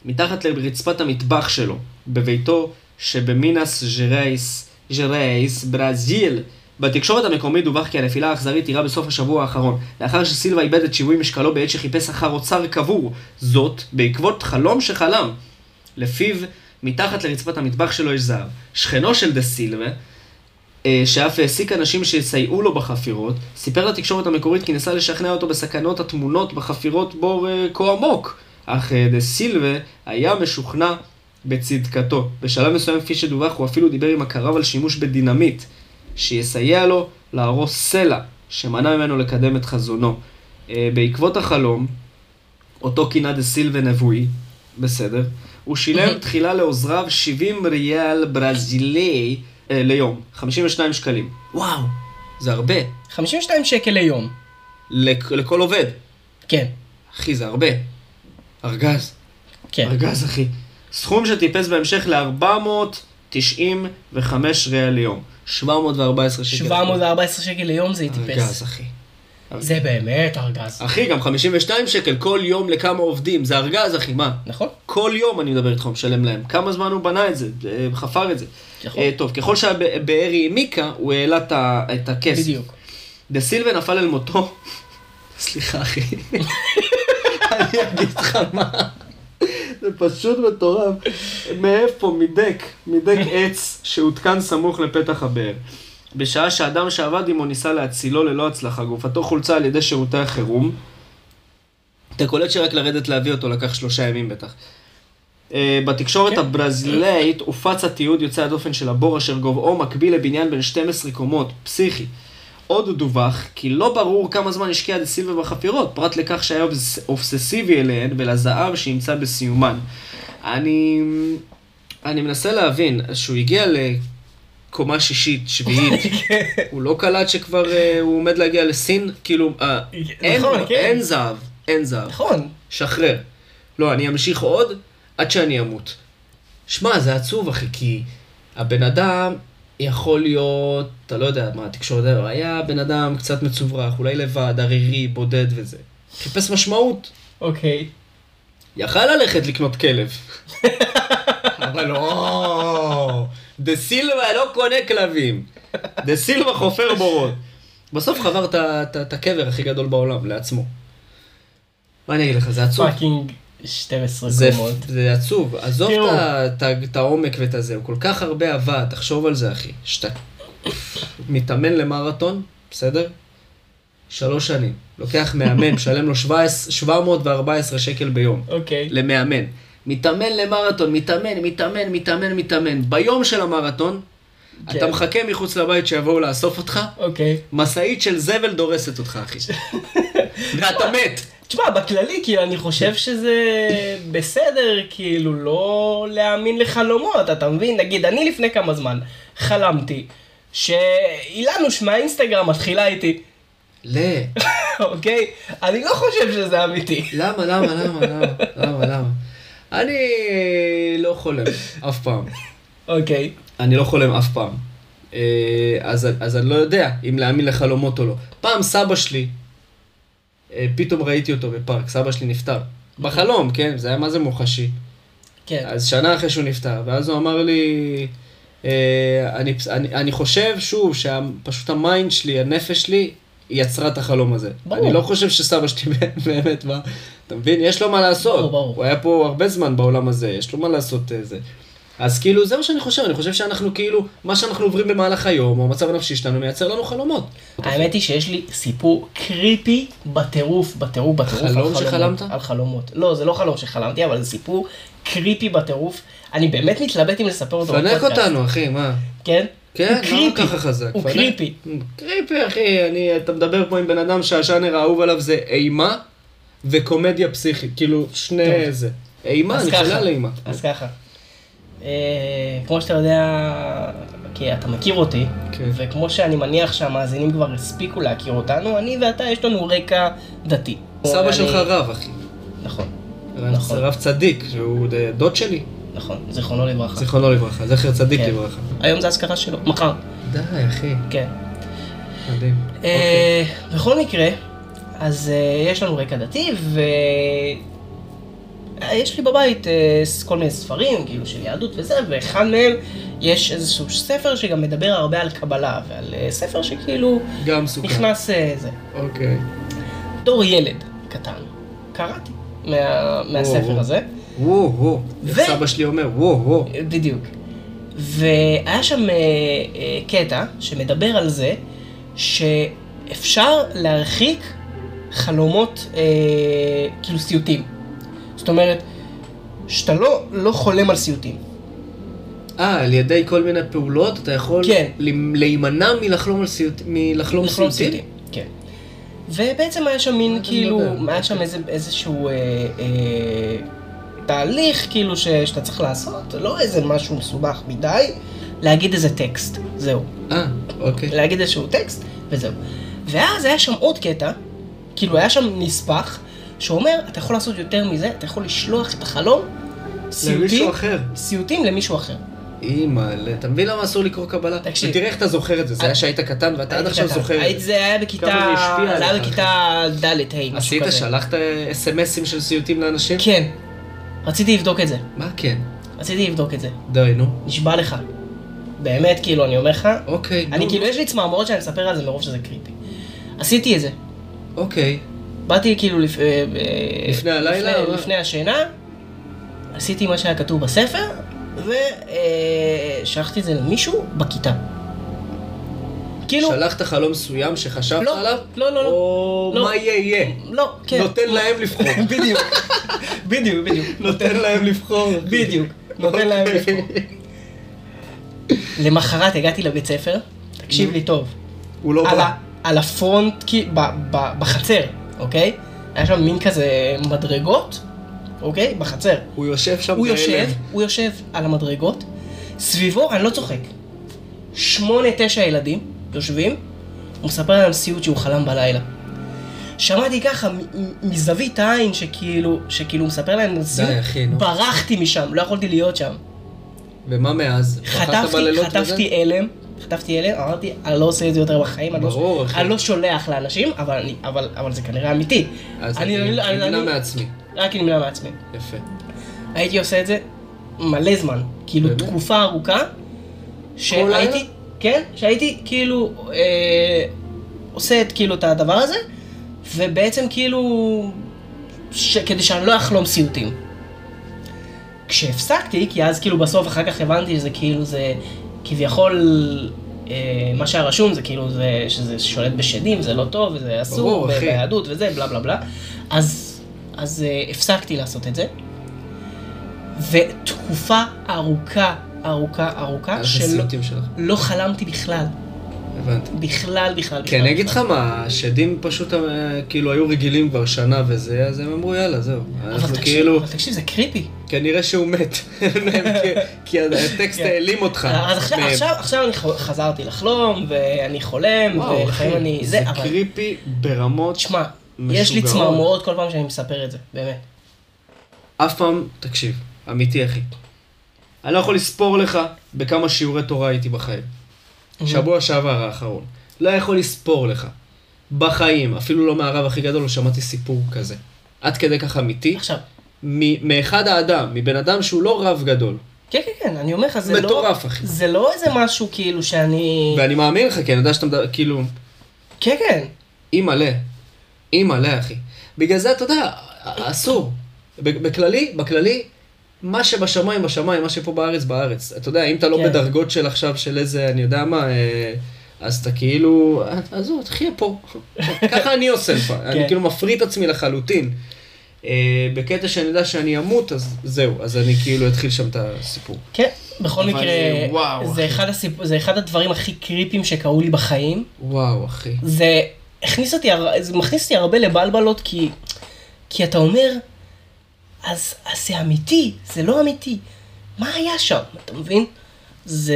[SPEAKER 1] מתחת לרצפת המטבח שלו, בביתו שבמינס ז'רייס, ז'רייס, ברזיל. בתקשורת המקומית דווח כי הנפילה האכזרית אירעה בסוף השבוע האחרון, לאחר שסילבה איבד את שיווי משקלו בעת שחיפש אחר אוצר קבור, זאת בעקבות חלום שחלם. לפיו, מתחת לרצפת המטבח שלו יש זהב. שכנו של דה סילבה, אה, שאף העסיק אנשים שיסייעו לו בחפירות, סיפר לתקשורת המקורית כי ניסה לשכנע אותו בסכנות הטמונות בחפירות בור אה, כה עמוק, אך אה, דה סילבה היה משוכנע בצדקתו. בשלב מסוים, כפי שדווח, הוא אפילו דיבר עם הקרב על שימוש בדינמיט, שיסייע לו להרוס סלע, שמנע ממנו לקדם את חזונו. אה, בעקבות החלום, אותו כינה דה סילבה נבואי, בסדר, הוא שילם תחילה לעוזריו 70 ריאל ברזילי אה, ליום, 52 שקלים. וואו, זה הרבה.
[SPEAKER 2] 52 שקל ליום.
[SPEAKER 1] לכ- לכל עובד.
[SPEAKER 2] כן,
[SPEAKER 1] אחי, זה הרבה. ארגז,
[SPEAKER 2] כן.
[SPEAKER 1] ארגז, אחי. סכום שטיפס בהמשך ל-495 ריאל ליום. 714 שקל.
[SPEAKER 2] 714 שקל ליום זה
[SPEAKER 1] ארגז,
[SPEAKER 2] יטיפס.
[SPEAKER 1] אחי.
[SPEAKER 2] זה באמת ארגז.
[SPEAKER 1] אחי, גם 52 שקל כל יום לכמה עובדים. זה ארגז, אחי, מה?
[SPEAKER 2] נכון?
[SPEAKER 1] כל יום אני מדבר איתך, הוא משלם להם. כמה זמן הוא בנה את זה, אה, חפר את זה.
[SPEAKER 2] נכון.
[SPEAKER 1] אה, טוב, ככל שהבאר העמיקה, הוא העלה את ה- את הכסף.
[SPEAKER 2] בדיוק.
[SPEAKER 1] דה סילבה נפל אל מותו. סליחה, אחי. אני אגיד לך מה. זה פשוט מטורף. מאיפה? מדק, מדק עץ שהותקן סמוך לפתח הבאר. בשעה שהאדם שעבד עמו ניסה להצילו ללא הצלחה, גופתו חולצה על ידי שירותי החירום. אתה קולט שרק לרדת להביא אותו לקח שלושה ימים בטח. אה, בתקשורת
[SPEAKER 2] כן.
[SPEAKER 1] הברזילאית הופץ התיעוד יוצא הדופן של הבור אשר גובהו מקביל לבניין בן 12 קומות, פסיכי. עוד דווח כי לא ברור כמה זמן השקיע דה סילבה בחפירות, פרט לכך שהיה אובס- אובססיבי אליהן ולזהב שימצא בסיומן. אני... אני מנסה להבין, שהוא הגיע לקומה שישית, שביעית, הוא לא קלט שכבר אה, הוא עומד להגיע לסין? כאילו, אה, אין,
[SPEAKER 2] נכון, כן.
[SPEAKER 1] אין זהב, אין זהב.
[SPEAKER 2] נכון.
[SPEAKER 1] שחרר. לא, אני אמשיך עוד עד שאני אמות. שמע, זה עצוב, אחי, כי הבן אדם יכול להיות, אתה לא יודע מה, התקשורת, היה בן אדם קצת מצוברח, אולי לבד, ערירי, בודד וזה. חיפש משמעות.
[SPEAKER 2] אוקיי.
[SPEAKER 1] יכל ללכת לקנות כלב. אבל לא, דה סילבה לא קונה כלבים. דה סילבה חופר בורות. בסוף חבר את ה- את ה- את הקבר הכי גדול בעולם, לעצמו. מה אני אגיד לך, זה עצוב.
[SPEAKER 2] פאקינג 12
[SPEAKER 1] זה,
[SPEAKER 2] קומות.
[SPEAKER 1] זה עצוב, עזוב
[SPEAKER 2] תראו.
[SPEAKER 1] את ה- את ה- את העומק ואת הזה, הוא כל כך הרבה עבד, תחשוב על זה אחי. שאתה מתאמן למרתון, בסדר? שלוש שנים. לוקח מאמן, משלם לו 17 714 שקל ביום.
[SPEAKER 2] אוקיי.
[SPEAKER 1] למאמן. מתאמן למרתון, מתאמן, מתאמן, מתאמן, מתאמן. ביום של המרתון,
[SPEAKER 2] כן.
[SPEAKER 1] אתה מחכה מחוץ לבית שיבואו לאסוף אותך,
[SPEAKER 2] אוקיי.
[SPEAKER 1] משאית של זבל דורסת אותך אחי. ואתה מת.
[SPEAKER 2] תשמע, בכללי, כאילו, אני חושב שזה בסדר, כאילו, לא להאמין לחלומות, אתה מבין? נגיד, אני לפני כמה זמן חלמתי שאילנוש מהאינסטגרם מתחילה איתי,
[SPEAKER 1] ל...
[SPEAKER 2] אוקיי? אני לא חושב שזה אמיתי.
[SPEAKER 1] למה, למה, למה, למה, למה, למה? אני לא חולם, אף פעם.
[SPEAKER 2] אוקיי.
[SPEAKER 1] אני לא חולם אף פעם. אה, אז, אז אני לא יודע אם להאמין לחלומות או לא. פעם סבא שלי, אה, פתאום ראיתי אותו בפארק, סבא שלי נפטר. בחלום, כן? זה היה מה זה מוחשי.
[SPEAKER 2] כן.
[SPEAKER 1] אז שנה אחרי שהוא נפטר, ואז הוא אמר לי, אה, אני, אני, אני חושב שוב שפשוט המיינד שלי, הנפש שלי, היא יצרה את החלום הזה.
[SPEAKER 2] ברור.
[SPEAKER 1] אני לא חושב שסבא שלי באמת, מה, אתה מבין? יש לו מה לעשות.
[SPEAKER 2] ברור, ברור.
[SPEAKER 1] הוא היה פה הרבה זמן בעולם הזה, יש לו מה לעשות אה, זה. אז כאילו, זה מה שאני חושב, אני חושב שאנחנו כאילו, מה שאנחנו עוברים במהלך היום, או המצב הנפשי שלנו, מייצר לנו חלומות.
[SPEAKER 2] האמת היא שיש לי סיפור קריפי בטירוף, בטירוף, בטירוף. על
[SPEAKER 1] חלום
[SPEAKER 2] חלומות,
[SPEAKER 1] שחלמת?
[SPEAKER 2] על חלומות. לא, זה לא חלום שחלמתי, אבל זה סיפור קריפי בטירוף. אני באמת מתלבט אם לספר אותו
[SPEAKER 1] פנק
[SPEAKER 2] בפודקאסט.
[SPEAKER 1] אותנו, אחי, מה?
[SPEAKER 2] כן?
[SPEAKER 1] כן, למה
[SPEAKER 2] קריפי.
[SPEAKER 1] ככה חזק.
[SPEAKER 2] הוא
[SPEAKER 1] פנק?
[SPEAKER 2] קריפי.
[SPEAKER 1] קריפי, אחי, אני, אתה מדבר פה עם בן אדם שהז'אנר האהוב עליו זה אימה וקומדיה פסיכית, כאילו,
[SPEAKER 2] טוב.
[SPEAKER 1] שני זה. אימה,
[SPEAKER 2] אז
[SPEAKER 1] אני
[SPEAKER 2] ככה.
[SPEAKER 1] חלל אימה.
[SPEAKER 2] אז ככה. אה, כמו שאתה יודע, כי אתה מכיר אותי,
[SPEAKER 1] כן.
[SPEAKER 2] וכמו שאני מניח שהמאזינים כבר הספיקו להכיר אותנו, אני ואתה יש לנו רקע דתי.
[SPEAKER 1] סבא
[SPEAKER 2] אני-
[SPEAKER 1] שלך רב, אחי.
[SPEAKER 2] נכון, נכון.
[SPEAKER 1] נכון. רב צדיק, שהוא ד- דוד שלי,
[SPEAKER 2] נכון, זיכרונו לברכה.
[SPEAKER 1] זיכרונו לברכה, זכר צדיק
[SPEAKER 2] כן.
[SPEAKER 1] לברכה.
[SPEAKER 2] היום זה אזכרה שלו, מחר.
[SPEAKER 1] די, אחי,
[SPEAKER 2] כן.
[SPEAKER 1] מדהים. אוקיי.
[SPEAKER 2] אה, בכל מקרה, אז אה, יש לנו רקע דתי, ו... אה, יש לי בבית אה, ס- כל מיני ספרים, כאילו, של יהדות וזה, ואחד מהם יש איזשהו ספר שגם מדבר הרבה על קבלה, ועל אה, ספר שכאילו
[SPEAKER 1] גם סוכר.
[SPEAKER 2] נכנס אה, זה.
[SPEAKER 1] אוקיי.
[SPEAKER 2] בתור ילד קטן, קראתי מה, מהספר
[SPEAKER 1] וואו.
[SPEAKER 2] הזה,
[SPEAKER 1] וואו, וואו.
[SPEAKER 2] ו-
[SPEAKER 1] איך סבא שלי אומר, וואו, וואו.
[SPEAKER 2] אה, בדיוק. והיה שם אה, אה, קטע שמדבר על זה שאפשר להרחיק חלומות, אה, כאילו סיוטים. זאת אומרת, שאתה לא, לא חולם על סיוטים.
[SPEAKER 1] אה, על ידי כל מיני פעולות אתה יכול
[SPEAKER 2] כן.
[SPEAKER 1] ל- להימנע מלחלום על סיוט- מלחלום
[SPEAKER 2] לחלום
[SPEAKER 1] סיוטים?
[SPEAKER 2] כן. ובעצם היה שם מין
[SPEAKER 1] אתה
[SPEAKER 2] כאילו,
[SPEAKER 1] מדבר?
[SPEAKER 2] היה שם איזה, איזשהו אה, אה, תהליך כאילו ש, שאתה צריך לעשות, לא איזה משהו מסובך מדי, להגיד איזה טקסט, זהו.
[SPEAKER 1] אה, אוקיי.
[SPEAKER 2] להגיד איזשהו טקסט, וזהו. ואז היה שם עוד קטע, כאילו היה שם נספח, שאומר, אתה יכול לעשות יותר מזה, אתה יכול לשלוח את החלום, סיוטים,
[SPEAKER 1] למישהו אחר.
[SPEAKER 2] סיוטים למישהו אחר.
[SPEAKER 1] אימא'לה, אתה מבין למה אסור לקרוא קבלה?
[SPEAKER 2] תקשיב. אה,
[SPEAKER 1] ותראה איך אתה זוכר את זה, זה היה שהיית קטן ואתה עד
[SPEAKER 2] הייתי
[SPEAKER 1] עכשיו
[SPEAKER 2] קטן.
[SPEAKER 1] זוכר את
[SPEAKER 2] הייתי-
[SPEAKER 1] זה.
[SPEAKER 2] זה היה בכיתה,
[SPEAKER 1] כמה זה השפיע
[SPEAKER 2] זה היה
[SPEAKER 1] עליך.
[SPEAKER 2] בכיתה ד', ה', משהו
[SPEAKER 1] עשית,
[SPEAKER 2] כזה.
[SPEAKER 1] שלחת אס.אם.אסים של סיוטים לאנשים?
[SPEAKER 2] כן. רציתי לבדוק את זה.
[SPEAKER 1] מה כן?
[SPEAKER 2] רציתי לבדוק את זה.
[SPEAKER 1] די, נו.
[SPEAKER 2] נשבע לך. באמת, כאילו, אני אומר לך.
[SPEAKER 1] אוקיי, נו.
[SPEAKER 2] אני כאילו, יש לי צמרמורות שאני מספר על זה מרוב שזה קריפי. עשיתי את זה.
[SPEAKER 1] אוקיי.
[SPEAKER 2] באתי כאילו לפ... אה, אה,
[SPEAKER 1] לפני הלילה,
[SPEAKER 2] לפני,
[SPEAKER 1] אבל-
[SPEAKER 2] לפני השינה, עשיתי מה שהיה כתוב בספר, ושלחתי את זה למישהו בכיתה. כאילו,
[SPEAKER 1] שלחת חלום מסוים שחשבת
[SPEAKER 2] לא,
[SPEAKER 1] עליו?
[SPEAKER 2] לא, לא, לא.
[SPEAKER 1] או
[SPEAKER 2] לא.
[SPEAKER 1] מה יהיה יהיה?
[SPEAKER 2] לא, כן.
[SPEAKER 1] נותן להם לבחור.
[SPEAKER 2] בדיוק, בדיוק, בדיוק.
[SPEAKER 1] נותן להם לבחור.
[SPEAKER 2] בדיוק, נותן להם
[SPEAKER 1] אוקיי.
[SPEAKER 2] לבחור. למחרת הגעתי לבית ספר, תקשיב
[SPEAKER 1] נו.
[SPEAKER 2] לי טוב,
[SPEAKER 1] הוא לא
[SPEAKER 2] על,
[SPEAKER 1] בא.
[SPEAKER 2] ה, על הפרונט, כי- ב, ב, בחצר, אוקיי? היה שם מין כזה מדרגות, אוקיי? בחצר.
[SPEAKER 1] הוא יושב שם
[SPEAKER 2] הוא יושב,
[SPEAKER 1] בהלם.
[SPEAKER 2] הוא יושב על המדרגות, סביבו, אני לא צוחק, שמונה, תשע ילדים יושבים, הוא מספר להם סיוט שהוא חלם בלילה. שמעתי ככה, מ- מ- מזווית העין שכאילו, שכאילו הוא מספר להם סיוט,
[SPEAKER 1] אחי, נו.
[SPEAKER 2] ברחתי משם, לא יכולתי להיות שם.
[SPEAKER 1] ומה מאז? פחדת
[SPEAKER 2] חטפתי,
[SPEAKER 1] בלילות וזה?
[SPEAKER 2] חטפתי הלם, חטפתי הלם, אמרתי, אני לא עושה את זה יותר בחיים, אני לא-
[SPEAKER 1] ברור, אחי.
[SPEAKER 2] אני לא שולח לאנשים, אבל אני- אבל- אבל זה כנראה אמיתי.
[SPEAKER 1] אז
[SPEAKER 2] אני-
[SPEAKER 1] אני
[SPEAKER 2] אני-
[SPEAKER 1] נמנע
[SPEAKER 2] אני- אה,
[SPEAKER 1] מעצמי.
[SPEAKER 2] רק נמנע מעצמי.
[SPEAKER 1] יפה.
[SPEAKER 2] הייתי עושה את זה מלא זמן, כאילו
[SPEAKER 1] באמת?
[SPEAKER 2] תקופה ארוכה,
[SPEAKER 1] לילה?
[SPEAKER 2] שהייתי, כן, שהייתי כאילו אה, עושה את כאילו את הדבר הזה, ובעצם כאילו, ש, כדי שאני לא אחלום סיוטים. כשהפסקתי, כי אז כאילו בסוף אחר כך הבנתי שזה כאילו זה כביכול אה, מה שהיה רשום זה כאילו זה שזה שולט בשדים, זה לא טוב, וזה אסור,
[SPEAKER 1] ברור, אחי.
[SPEAKER 2] ביהדות וזה, בלה בלה בלה. אז, אז אה, הפסקתי לעשות את זה. ותקופה ארוכה, ארוכה, ארוכה,
[SPEAKER 1] אז
[SPEAKER 2] שלא
[SPEAKER 1] הסיוטים שלך.
[SPEAKER 2] לא חלמתי בכלל,
[SPEAKER 1] הבנתי.
[SPEAKER 2] בכלל, בכלל,
[SPEAKER 1] כי
[SPEAKER 2] בכלל.
[SPEAKER 1] כן, אני אגיד לך מה, השדים פשוט אה, כאילו היו רגילים כבר שנה וזה, אז הם אמרו יאללה זהו.
[SPEAKER 2] אבל
[SPEAKER 1] אנחנו
[SPEAKER 2] תקשיב,
[SPEAKER 1] כאילו,
[SPEAKER 2] אבל תקשיב, זה קריפי.
[SPEAKER 1] כנראה שהוא מת. כי- כי הטקסט
[SPEAKER 2] כן.
[SPEAKER 1] העלים אותך.
[SPEAKER 2] אז עכשיו,
[SPEAKER 1] מהם.
[SPEAKER 2] עכשיו, עכשיו אני ח- חזרתי לחלום, ואני חולם,
[SPEAKER 1] וואו,
[SPEAKER 2] ולפעמים
[SPEAKER 1] אחי,
[SPEAKER 2] אה, אני...
[SPEAKER 1] זה
[SPEAKER 2] זה, אבל...
[SPEAKER 1] קריפי ברמות.
[SPEAKER 2] תשמע, יש לי
[SPEAKER 1] משוגעות.
[SPEAKER 2] צמרמורות כל פעם שאני מספר את זה, באמת.
[SPEAKER 1] אף פעם, תקשיב, אמיתי אחי. אני לא יכול לספור לך בכמה שיעורי תורה הייתי בחיים. שבוע שעבר האחרון. לא יכול לספור לך. בחיים, אפילו לא מהרב הכי גדול, לא שמעתי סיפור כזה. עד כדי כך אמיתי,
[SPEAKER 2] עכשיו,
[SPEAKER 1] מ- מאחד האדם, מבן אדם שהוא לא רב גדול.
[SPEAKER 2] כן, כן, כן, אני אומר לך, זה לא...
[SPEAKER 1] מטורף, אחי.
[SPEAKER 2] זה לא איזה משהו כאילו שאני...
[SPEAKER 1] ואני מאמין לך, כי אני יודע שאתה מדבר, כאילו,
[SPEAKER 2] כן, כן.
[SPEAKER 1] אימא'לה. אימא'לה, אחי. בגלל זה, אתה יודע, אסור. ב- בכללי, בכללי, מה שבשמיים בשמיים, מה שפה בארץ בארץ. אתה יודע, אם אתה לא
[SPEAKER 2] כן.
[SPEAKER 1] בדרגות של עכשיו, של איזה, אני יודע מה, אה, אז אתה כאילו, אה, עזוב, תחיה פה. ככה אני עושה לפעמים.
[SPEAKER 2] כן.
[SPEAKER 1] אני כאילו מפריד את עצמי לחלוטין. אה, בקטע שאני יודע שאני אמות, אז זהו, אז אני כאילו אתחיל שם את הסיפור.
[SPEAKER 2] כן, בכל
[SPEAKER 1] אבל,
[SPEAKER 2] מקרה,
[SPEAKER 1] אה, וואו,
[SPEAKER 2] זה
[SPEAKER 1] אחי.
[SPEAKER 2] אחד, הסיפ... זה אחד הדברים הכי קריפים שקרו לי בחיים.
[SPEAKER 1] וואו, אחי.
[SPEAKER 2] זה הכניס אותי, הר- זה מכניס אותי הרבה לבלבלות, כי, כי אתה אומר, אז, אז זה אמיתי, זה לא אמיתי. מה היה שם, אתה מבין? זה...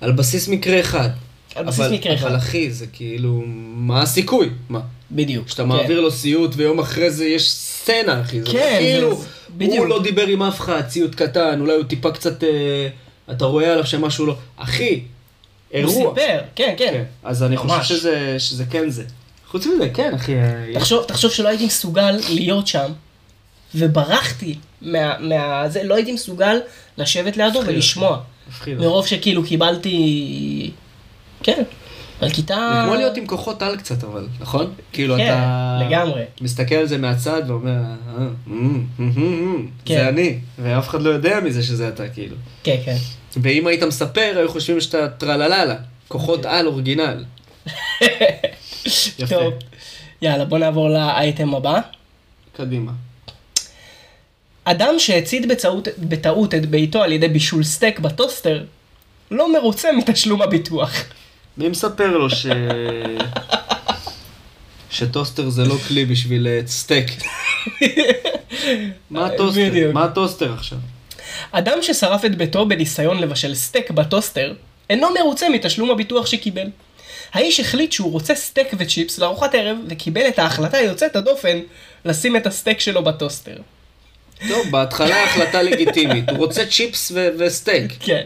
[SPEAKER 1] על בסיס מקרה אחד.
[SPEAKER 2] על בסיס
[SPEAKER 1] אבל-
[SPEAKER 2] מקרה אחד.
[SPEAKER 1] אבל אחי, זה כאילו, מה הסיכוי? מה?
[SPEAKER 2] בדיוק.
[SPEAKER 1] כשאתה מעביר לו סיוט ויום אחרי זה יש סצנה, אחי. זה
[SPEAKER 2] כן,
[SPEAKER 1] כאילו,
[SPEAKER 2] זה- בדיוק.
[SPEAKER 1] הוא לא דיבר עם אף אחד, ציוט קטן, אולי הוא טיפה קצת, אה, אתה רואה עליו שמשהו לא... אחי,
[SPEAKER 2] הוא
[SPEAKER 1] אירוע.
[SPEAKER 2] סיפר, כן,
[SPEAKER 1] כן,
[SPEAKER 2] כן.
[SPEAKER 1] אז אני
[SPEAKER 2] ממש.
[SPEAKER 1] חושב שזה, שזה כן זה. חוץ מזה, כן, אחי. אה, יש-
[SPEAKER 2] תחשוב, תחשוב שלא הייתי מסוגל להיות שם, וברחתי מה... מה זה, לא הייתי מסוגל לשבת לידו
[SPEAKER 1] מפחיד.
[SPEAKER 2] ולשמוע.
[SPEAKER 1] מפחיד. זה
[SPEAKER 2] מרוב שכאילו קיבלתי... כן, על כיתה...
[SPEAKER 1] כמו להיות עם כוחות על קצת, אבל, נכון? כאילו,
[SPEAKER 2] אה. כן,
[SPEAKER 1] אתה...
[SPEAKER 2] לגמרי.
[SPEAKER 1] מסתכל על זה מהצד ואומר, "אה, אה, אה, אה,
[SPEAKER 2] כן.
[SPEAKER 1] זה אני, ואף אחד לא יודע מזה שזה אתה, כאילו.
[SPEAKER 2] כן, כן.
[SPEAKER 1] ואם היית מספר, היו חושבים שאתה טרלללה,
[SPEAKER 2] כן.
[SPEAKER 1] כוחות על אורגינל. יפה,
[SPEAKER 2] טוב, יאללה, בוא נעבור לאייטם הבא.
[SPEAKER 1] קדימה.
[SPEAKER 2] אדם שהצית בצעות, בטעות את ביתו על ידי בישול סטייק בטוסטר, לא מרוצה מתשלום הביטוח.
[SPEAKER 1] מי מספר לו ש... שטוסטר זה לא כלי בשביל אה, סטייק? מה הטוסטר?
[SPEAKER 2] בדיוק.
[SPEAKER 1] מה הטוסטר עכשיו?
[SPEAKER 2] אדם ששרף את ביתו בניסיון לבשל סטייק בטוסטר, אינו מרוצה מתשלום הביטוח שקיבל. האיש החליט שהוא רוצה סטייק וצ'יפס לארוחת ערב, וקיבל את ההחלטה היוצאת הדופן לשים את הסטייק שלו בטוסטר.
[SPEAKER 1] טוב, בהתחלה החלטה לגיטימית, הוא רוצה צ'יפס ו- וסטייק.
[SPEAKER 2] כן.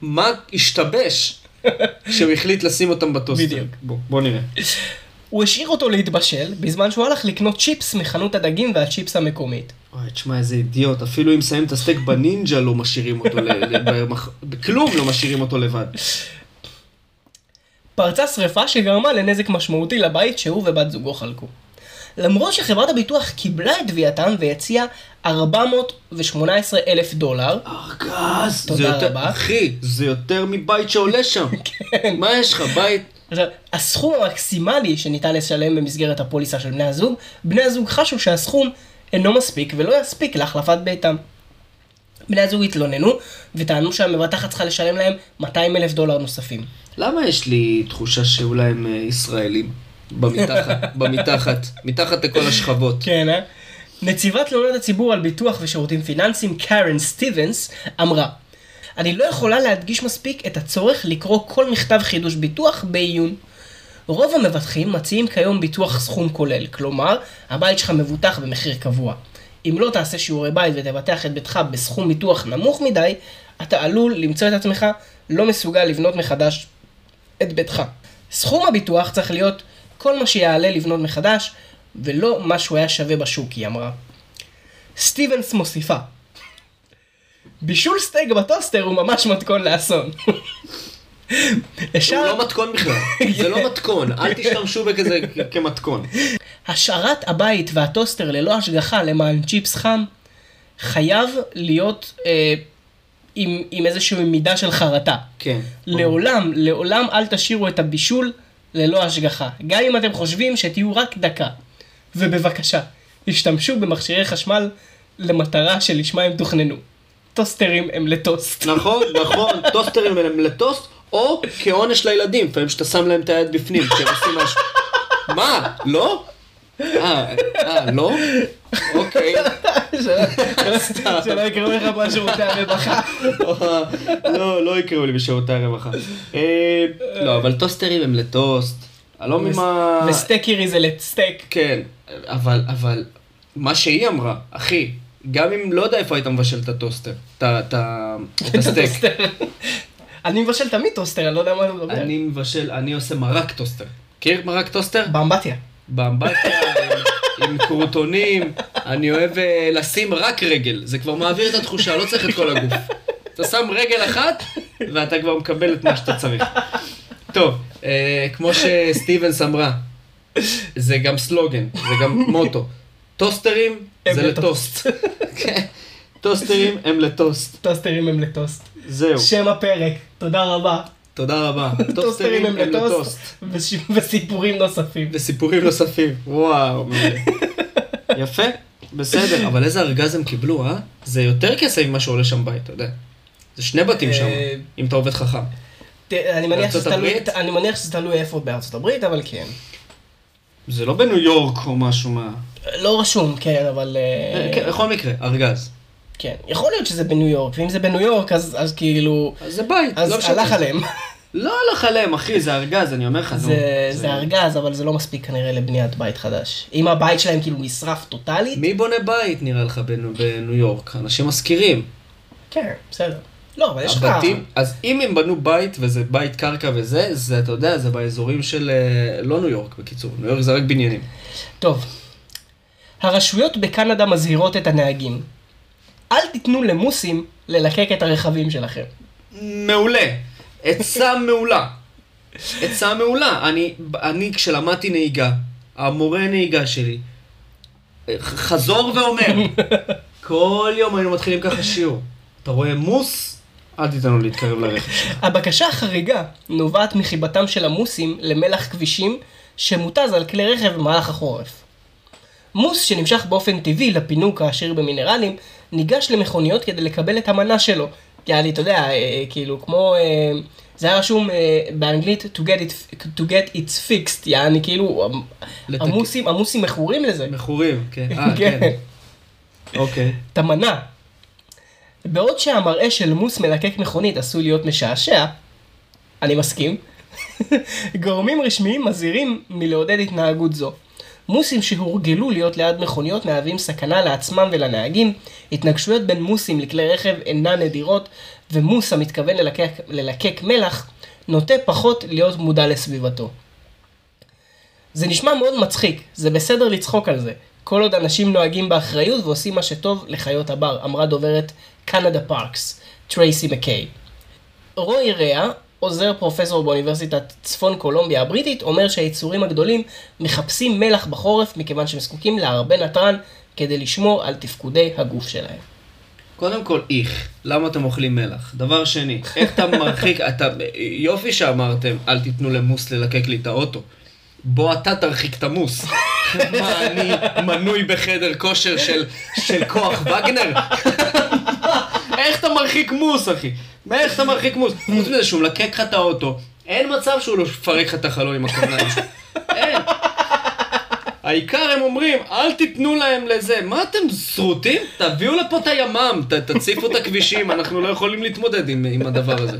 [SPEAKER 1] מה השתבש שהוא החליט לשים אותם בטוסטר?
[SPEAKER 2] בדיוק.
[SPEAKER 1] בוא, בוא נראה.
[SPEAKER 2] הוא השאיר אותו להתבשל, בזמן שהוא הלך לקנות צ'יפס מחנות הדגים והצ'יפס המקומית.
[SPEAKER 1] וואי, תשמע, איזה אידיוט. אפילו אם שמים את הסטייק בנינג'ה לא משאירים אותו, ל- ל- במח- בכלום לא משאירים אותו לבד.
[SPEAKER 2] פרצה שרפה שגרמה לנזק משמעותי לבית שהוא ובת זוגו חלקו. למרות שחברת הביטוח קיבלה את תביעתם והציעה 418 אלף דולר,
[SPEAKER 1] ארגז!
[SPEAKER 2] תודה
[SPEAKER 1] זה יותר-
[SPEAKER 2] רבה.
[SPEAKER 1] אחי, זה יותר מבית שעולה שם. כן. מה יש לך, בית?
[SPEAKER 2] עכשיו, הסכום המקסימלי שניתן לשלם במסגרת הפוליסה של בני הזוג, בני הזוג חשו שהסכום אינו מספיק ולא יספיק להחלפת ביתם. בני הזוג התלוננו וטענו שהמבטחת צריכה לשלם להם 200 אלף דולר נוספים.
[SPEAKER 1] למה יש לי תחושה שאולי הם אה, ישראלים? במתחת, במתחת, מתחת לכל השכבות.
[SPEAKER 2] כן, אה? נציבת תלונות הציבור על ביטוח ושירותים פיננסיים, קארן סטיבנס, אמרה, אני לא יכולה להדגיש מספיק את הצורך לקרוא כל מכתב חידוש ביטוח בעיון. רוב המבטחים מציעים כיום ביטוח סכום כולל, כלומר, הבית שלך מבוטח במחיר קבוע. אם לא תעשה שיעורי בית ותבטח את ביתך בסכום ביטוח נמוך מדי, אתה עלול למצוא את עצמך לא מסוגל לבנות מחדש את ביתך. סכום הביטוח צריך להיות כל מה שיעלה לבנות מחדש, ולא מה שהוא היה שווה בשוק, היא אמרה. סטיבנס מוסיפה. בישול סטייק בטוסטר הוא ממש מתכון לאסון.
[SPEAKER 1] הוא
[SPEAKER 2] ישר
[SPEAKER 1] לא מתכון בכלל, זה לא מתכון, אל תשתמשו בכזה כ- כמתכון.
[SPEAKER 2] השארת הבית והטוסטר ללא השגחה למען צ'יפס חם חייב להיות אה, עם, עם איזושהי מידה של חרטה.
[SPEAKER 1] כן.
[SPEAKER 2] לעולם, לעולם אל תשאירו את הבישול ללא השגחה. גם אם אתם חושבים שתהיו רק דקה. ובבקשה, השתמשו במכשירי חשמל למטרה שלשמה הם תוכננו. טוסטרים הם לטוסט.
[SPEAKER 1] נכון, נכון, טוסטרים הם לטוסט, או כעונש לילדים, לפעמים שאתה שם להם את היד בפנים, כשהם עושים משהו. מה? לא? אה, אה, לא? אוקיי.
[SPEAKER 2] שלא יקראו לך משהו מתי הרווחה.
[SPEAKER 1] לא, לא יקראו לי בשירותי הרווחה. אה, לא, אבל טוסטרים הם לטוסט. אני לא מבין מה...
[SPEAKER 2] וסטייקירי זה לסטייק.
[SPEAKER 1] כן, אבל, אבל, מה שהיא אמרה, אחי, גם אם לא יודע איפה היית מבשל את הטוסטר, את ה- את ה- את הסטייק.
[SPEAKER 2] טוסטר. אני מבשל תמיד טוסטר, אני לא יודע מה אתה מדבר.
[SPEAKER 1] אני מבשל, אני עושה מרק טוסטר. מכיר מרק טוסטר?
[SPEAKER 2] באמבטיה.
[SPEAKER 1] באמבטיה, עם- עם קרוטונים, אני אוהב אה, לשים רק רגל, זה כבר מעביר את התחושה, לא צריך את כל הגוף. אתה שם רגל אחת, ואתה כבר מקבל את מה שאתה צריך. טוב, אה, כמו שסטיבנס אמרה, זה גם סלוגן, זה גם מוטו. טוסטרים
[SPEAKER 2] הם
[SPEAKER 1] זה
[SPEAKER 2] לטוסט.
[SPEAKER 1] לטוסט. כן, טוסטרים הם לטוסט.
[SPEAKER 2] טוסטרים הם לטוסט.
[SPEAKER 1] זהו,
[SPEAKER 2] שם הפרק, תודה רבה.
[SPEAKER 1] תודה רבה.
[SPEAKER 2] טוסטרים הם לטוסט. וש- וסיפורים נוספים.
[SPEAKER 1] וסיפורים נוספים. וואו, מעולה. יפה. בסדר, אבל איזה ארגז הם קיבלו, אה? זה יותר כסף ממה שעולה שם בית, אתה יודע. זה שני בתים שם,
[SPEAKER 2] אה,
[SPEAKER 1] אם אתה עובד חכם.
[SPEAKER 2] ת- אני מניח
[SPEAKER 1] בארצות
[SPEAKER 2] שזה תלוי-
[SPEAKER 1] הברית?
[SPEAKER 2] אני מניח שזה תלוי איפה בארצות הברית, אבל כן.
[SPEAKER 1] זה לא בניו יורק או משהו מה...
[SPEAKER 2] לא רשום, כן, אבל... אה,
[SPEAKER 1] אה, כן, בכל מקרה, ארגז.
[SPEAKER 2] כן. יכול להיות שזה בניו יורק, ואם זה בניו יורק, אז אז כאילו...
[SPEAKER 1] אז זה בית,
[SPEAKER 2] אז
[SPEAKER 1] לא משנה.
[SPEAKER 2] הלך עליהם.
[SPEAKER 1] לא הלך עליהם, אחי, זה ארגז, אני אומר לך, נו.
[SPEAKER 2] זה- זה ארגז, אבל זה לא מספיק כנראה לבניית בית חדש. אם הבית שלהם כאילו נשרף טוטאלית,
[SPEAKER 1] מי בונה בית, נראה לך, בניו- בניו יורק? אנשים משכירים.
[SPEAKER 2] כן, בסדר. לא, אבל יש לך...
[SPEAKER 1] הבתים, אז אם הם בנו בית, וזה בית קרקע וזה, זה, אתה יודע, זה באזורים של... אה, לא ניו יורק, בקיצור. ניו יורק זה רק בניינים.
[SPEAKER 2] טוב. הרשויות בקנדה מזהירות את הנהגים. אל תיתנו למוסים ללקק את הרכבים שלכם.
[SPEAKER 1] מעולה. עצה מעולה. עצה מעולה. אני, אני כשלמדתי נהיגה, המורה נהיגה שלי, חזור ואומר, כל יום היינו מתחילים ככה שיעור. אתה רואה מוס? אל תיתן לו להתקרב לרכב שלך.
[SPEAKER 2] הבקשה החריגה נובעת מחיבתם של המוסים למלח כבישים שמותז על כלי רכב במהלך החורף. מוס שנמשך באופן טבעי לפינוק העשיר במינרלים, ניגש למכוניות כדי לקבל את המנה שלו. יעני, אתה יודע, אה, אה, כאילו, כמו... אה, זה היה רשום אה, באנגלית to get, it, to get it's fixed, יעני, כאילו, המ-
[SPEAKER 1] לתק-
[SPEAKER 2] המוסים, המוסים מכורים לזה.
[SPEAKER 1] מכורים, כן. אה, כן. אוקיי.
[SPEAKER 2] את המנה. בעוד שהמראה של מוס מלקק מכונית עשוי להיות משעשע, אני מסכים, גורמים רשמיים מזהירים מלעודד התנהגות זו. מוסים שהורגלו להיות ליד מכוניות מהווים סכנה לעצמם ולנהגים, התנגשויות בין מוסים לכלי רכב אינן נדירות, ומוס המתכוון ללקק, ללקק מלח, נוטה פחות להיות מודע לסביבתו. זה נשמע מאוד מצחיק, זה בסדר לצחוק על זה. כל עוד אנשים נוהגים באחריות ועושים מה שטוב לחיות הבר, אמרה דוברת קנדה פארקס, טרייסי מקיי. רוי ריאה, עוזר פרופסור באוניברסיטת צפון קולומביה הבריטית, אומר שהיצורים הגדולים מחפשים מלח בחורף מכיוון שהם זקוקים להרבה נתרן כדי לשמור על תפקודי הגוף שלהם.
[SPEAKER 1] קודם כל, איך, למה אתם אוכלים מלח? דבר שני, איך אתה מרחיק, אתה, יופי שאמרתם, אל תיתנו למוס ללקק לי את האוטו. בוא אתה תרחיק את המוס. מה, אני מנוי בחדר כושר של, של כוח וגנר? איך אתה מרחיק מוס, אחי? מה, איך אתה מרחיק מוס? חוץ מזה שהוא מלקק לך את האוטו, אין מצב שהוא לא יפרק לך את החלון עם הקרניים שלו. אין. העיקר הם אומרים, אל תיתנו להם לזה. מה אתם שרוטים? תביאו לפה את הימ"מ, ת- תציפו את הכבישים, אנחנו לא יכולים להתמודד עם, עם הדבר הזה.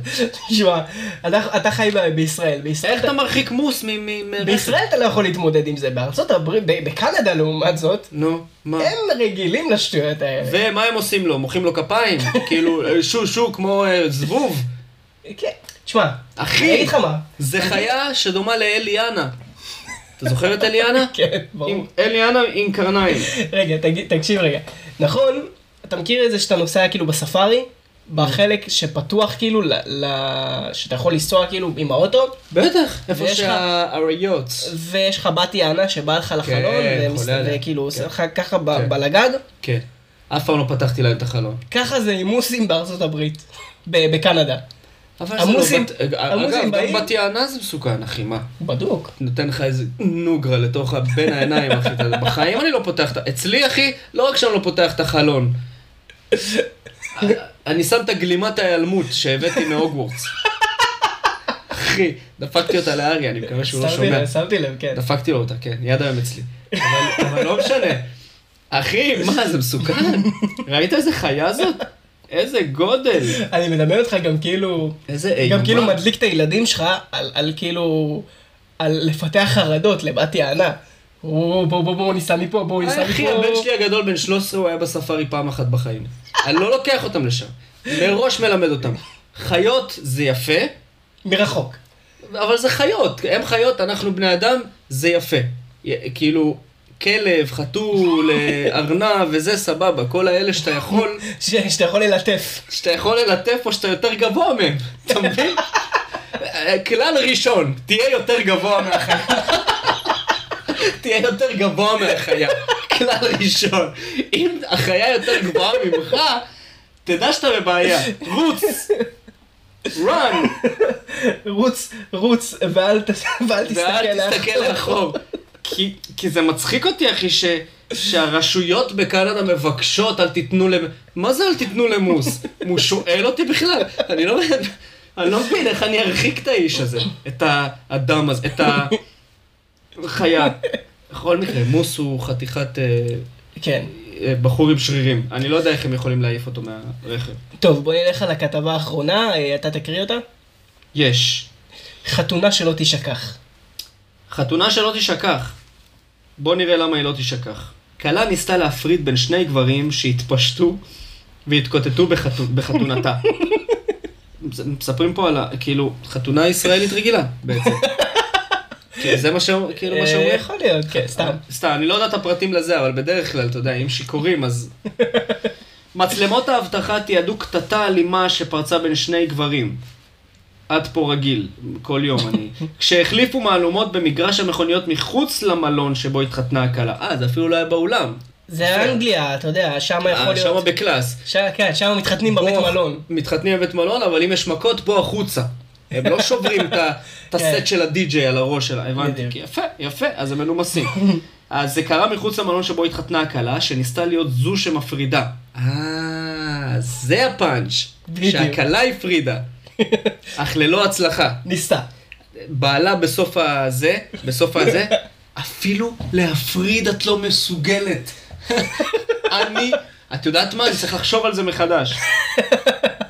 [SPEAKER 2] תשמע, אתה, אתה חי ב- בישראל, בישראל,
[SPEAKER 1] איך אתה מרחיק מוס מ... מ- מ-
[SPEAKER 2] בישראל אתה לא יכול להתמודד עם זה, בארצות הברית, ב- בקנדה לעומת זאת,
[SPEAKER 1] נו, מה?
[SPEAKER 2] הם רגילים לשטויות האלה.
[SPEAKER 1] ומה הם עושים לו? מוחאים לו כפיים? כאילו, אה, שו שו כמו אה, זבוב?
[SPEAKER 2] כן. תשמע,
[SPEAKER 1] אחי!
[SPEAKER 2] אני אגיד לך מה.
[SPEAKER 1] זה חיה שדומה לאליאנה. אתה זוכר את אליאנה?
[SPEAKER 2] כן, ברור.
[SPEAKER 1] עם- אליאנה עם קרניים.
[SPEAKER 2] רגע, תגיד- תקשיב רגע. נכון, אתה מכיר את זה שאתה נוסע כאילו בספארי, בחלק שפתוח כאילו, ל- ל- שאתה יכול לנסוע כאילו עם האוטו,
[SPEAKER 1] בטח, איפה
[SPEAKER 2] ויש לך-
[SPEAKER 1] שהאריות.
[SPEAKER 2] ויש לך בת יענה שבאה לך לחלון,
[SPEAKER 1] כן,
[SPEAKER 2] ומס-
[SPEAKER 1] חולה עליה.
[SPEAKER 2] וכאילו עושה
[SPEAKER 1] כן.
[SPEAKER 2] לך ככה ב-
[SPEAKER 1] כן.
[SPEAKER 2] בלגג,
[SPEAKER 1] כן. אף פעם לא פתחתי להם את החלון.
[SPEAKER 2] ככה זה עם מוסים בארצות הברית, ב- בקנדה.
[SPEAKER 1] אבל
[SPEAKER 2] המוסים-
[SPEAKER 1] זה לא... בת-
[SPEAKER 2] המוסים
[SPEAKER 1] אגב,
[SPEAKER 2] באים-
[SPEAKER 1] גם בת יענה זה מסוכן, אחי, מה?
[SPEAKER 2] בדוק.
[SPEAKER 1] נותן לך איזה נוגרה לתוך ה- בין העיניים, אחי. אתה- בחיים אני לא פותח את ה... אצלי, אחי, לא רק שאני לא פותח את החלון. אני שם את הגלימת ההיעלמות שהבאתי מהוגוורטס. אחי, דפקתי אותה לאריה, אני מקווה שהוא לא
[SPEAKER 2] שמתי
[SPEAKER 1] שומע.
[SPEAKER 2] לב, שמתי לב, כן.
[SPEAKER 1] דפקתי לו אותה, כן, היא עד היום אצלי. אבל, אבל לא משנה. אחי, מה, זה מסוכן? ראית איזה חיה זאת? איזה גודל.
[SPEAKER 2] אני מדמיין אותך גם כאילו,
[SPEAKER 1] איזה אימה.
[SPEAKER 2] גם כאילו מדליק את הילדים שלך על, על כאילו, על לפתח חרדות לבת יענה. בואו בואו בואו בואו ניסע מפה, בואו ניסע מפה.
[SPEAKER 1] אה, אחי, הבן שלי הגדול בן 13, הוא היה בספארי פעם אחת בחיים. אני לא לוקח אותם לשם. מראש מלמד אותם. חיות זה יפה,
[SPEAKER 2] מרחוק.
[SPEAKER 1] אבל זה חיות. הם חיות, אנחנו בני אדם, זה יפה. י- כאילו, כלב, חתול, אה, ארנב וזה סבבה. כל האלה שאתה יכול...
[SPEAKER 2] ש- שאתה יכול ללטף.
[SPEAKER 1] שאתה יכול ללטף או שאתה יותר גבוה מהם, אתה מבין? כלל ראשון, תהיה יותר גבוה מהחיה. תהיה יותר גבוה מהחיה, כלל ראשון. אם החיה יותר גבוהה ממך, תדע שאתה בבעיה. רוץ! run!
[SPEAKER 2] רוץ, רוץ, ואל ת- ואל תסתכל
[SPEAKER 1] ואל
[SPEAKER 2] לאחור.
[SPEAKER 1] תסתכל לאחור. כי, כי זה מצחיק אותי, אחי, ש... שהרשויות בקנדה מבקשות, אל תיתנו למ... מה זה אל תיתנו למוס? הוא שואל אותי בכלל? אני לא מבין, אני לא מבין איך אני ארחיק את האיש הזה, את האדם הזה, את החיה. בכל מקרה, מוס הוא חתיכת אה,
[SPEAKER 2] כן.
[SPEAKER 1] אה, בחור עם שרירים. אני לא יודע איך הם יכולים להעיף אותו מהרכב.
[SPEAKER 2] טוב, בוא נלך על הכתבה האחרונה, אה, אתה תקריא אותה?
[SPEAKER 1] יש.
[SPEAKER 2] חתונה שלא תישכח.
[SPEAKER 1] חתונה שלא תישכח. בוא נראה למה היא לא תישכח. כלה ניסתה להפריד בין שני גברים שהתפשטו והתקוטטו בחתו- בחתונתה. מס- מספרים פה על, ה- כאילו, חתונה ישראלית רגילה בעצם. כי זה מה שאומרים, כאילו מה
[SPEAKER 2] אה,
[SPEAKER 1] שאומרים.
[SPEAKER 2] יכול להיות, כן, סתם.
[SPEAKER 1] סתם, אני לא יודע את הפרטים לזה, אבל בדרך כלל, אתה יודע, אם שיכורים, אז... מצלמות האבטחה תיעדו קטטה אלימה שפרצה בין שני גברים. עד פה רגיל, כל יום אני. כשהחליפו מהלומות במגרש המכוניות מחוץ למלון שבו התחתנה הכלה. אה, זה אפילו לא היה באולם.
[SPEAKER 2] זה אנגליה, אתה יודע, שם יכול
[SPEAKER 1] אה, שמה
[SPEAKER 2] להיות.
[SPEAKER 1] בקלאס.
[SPEAKER 2] שם- כן, שם מתחתנים בבית
[SPEAKER 1] בוא,
[SPEAKER 2] מלון.
[SPEAKER 1] מתחתנים בבית מלון, אבל אם יש מכות, בוא החוצה. הם לא שוברים את ה- את הסט
[SPEAKER 2] כן.
[SPEAKER 1] של הדי-ג'יי על הראש שלה, הבנתי.
[SPEAKER 2] בדיוק.
[SPEAKER 1] כי יפה, יפה, אז הם מנומסים. אז זה קרה מחוץ למלון שבו התחתנה הכלה, שניסתה להיות זו שמפרידה. אה, זה הפאנץ',
[SPEAKER 2] בדיוק.
[SPEAKER 1] שהכלה הפרידה, אך ללא הצלחה.
[SPEAKER 2] ניסתה.
[SPEAKER 1] בעלה בסוף הזה, בסוף הזה, אפילו להפריד את לא מסוגלת. אני, את יודעת מה? אני צריך לחשוב על זה מחדש.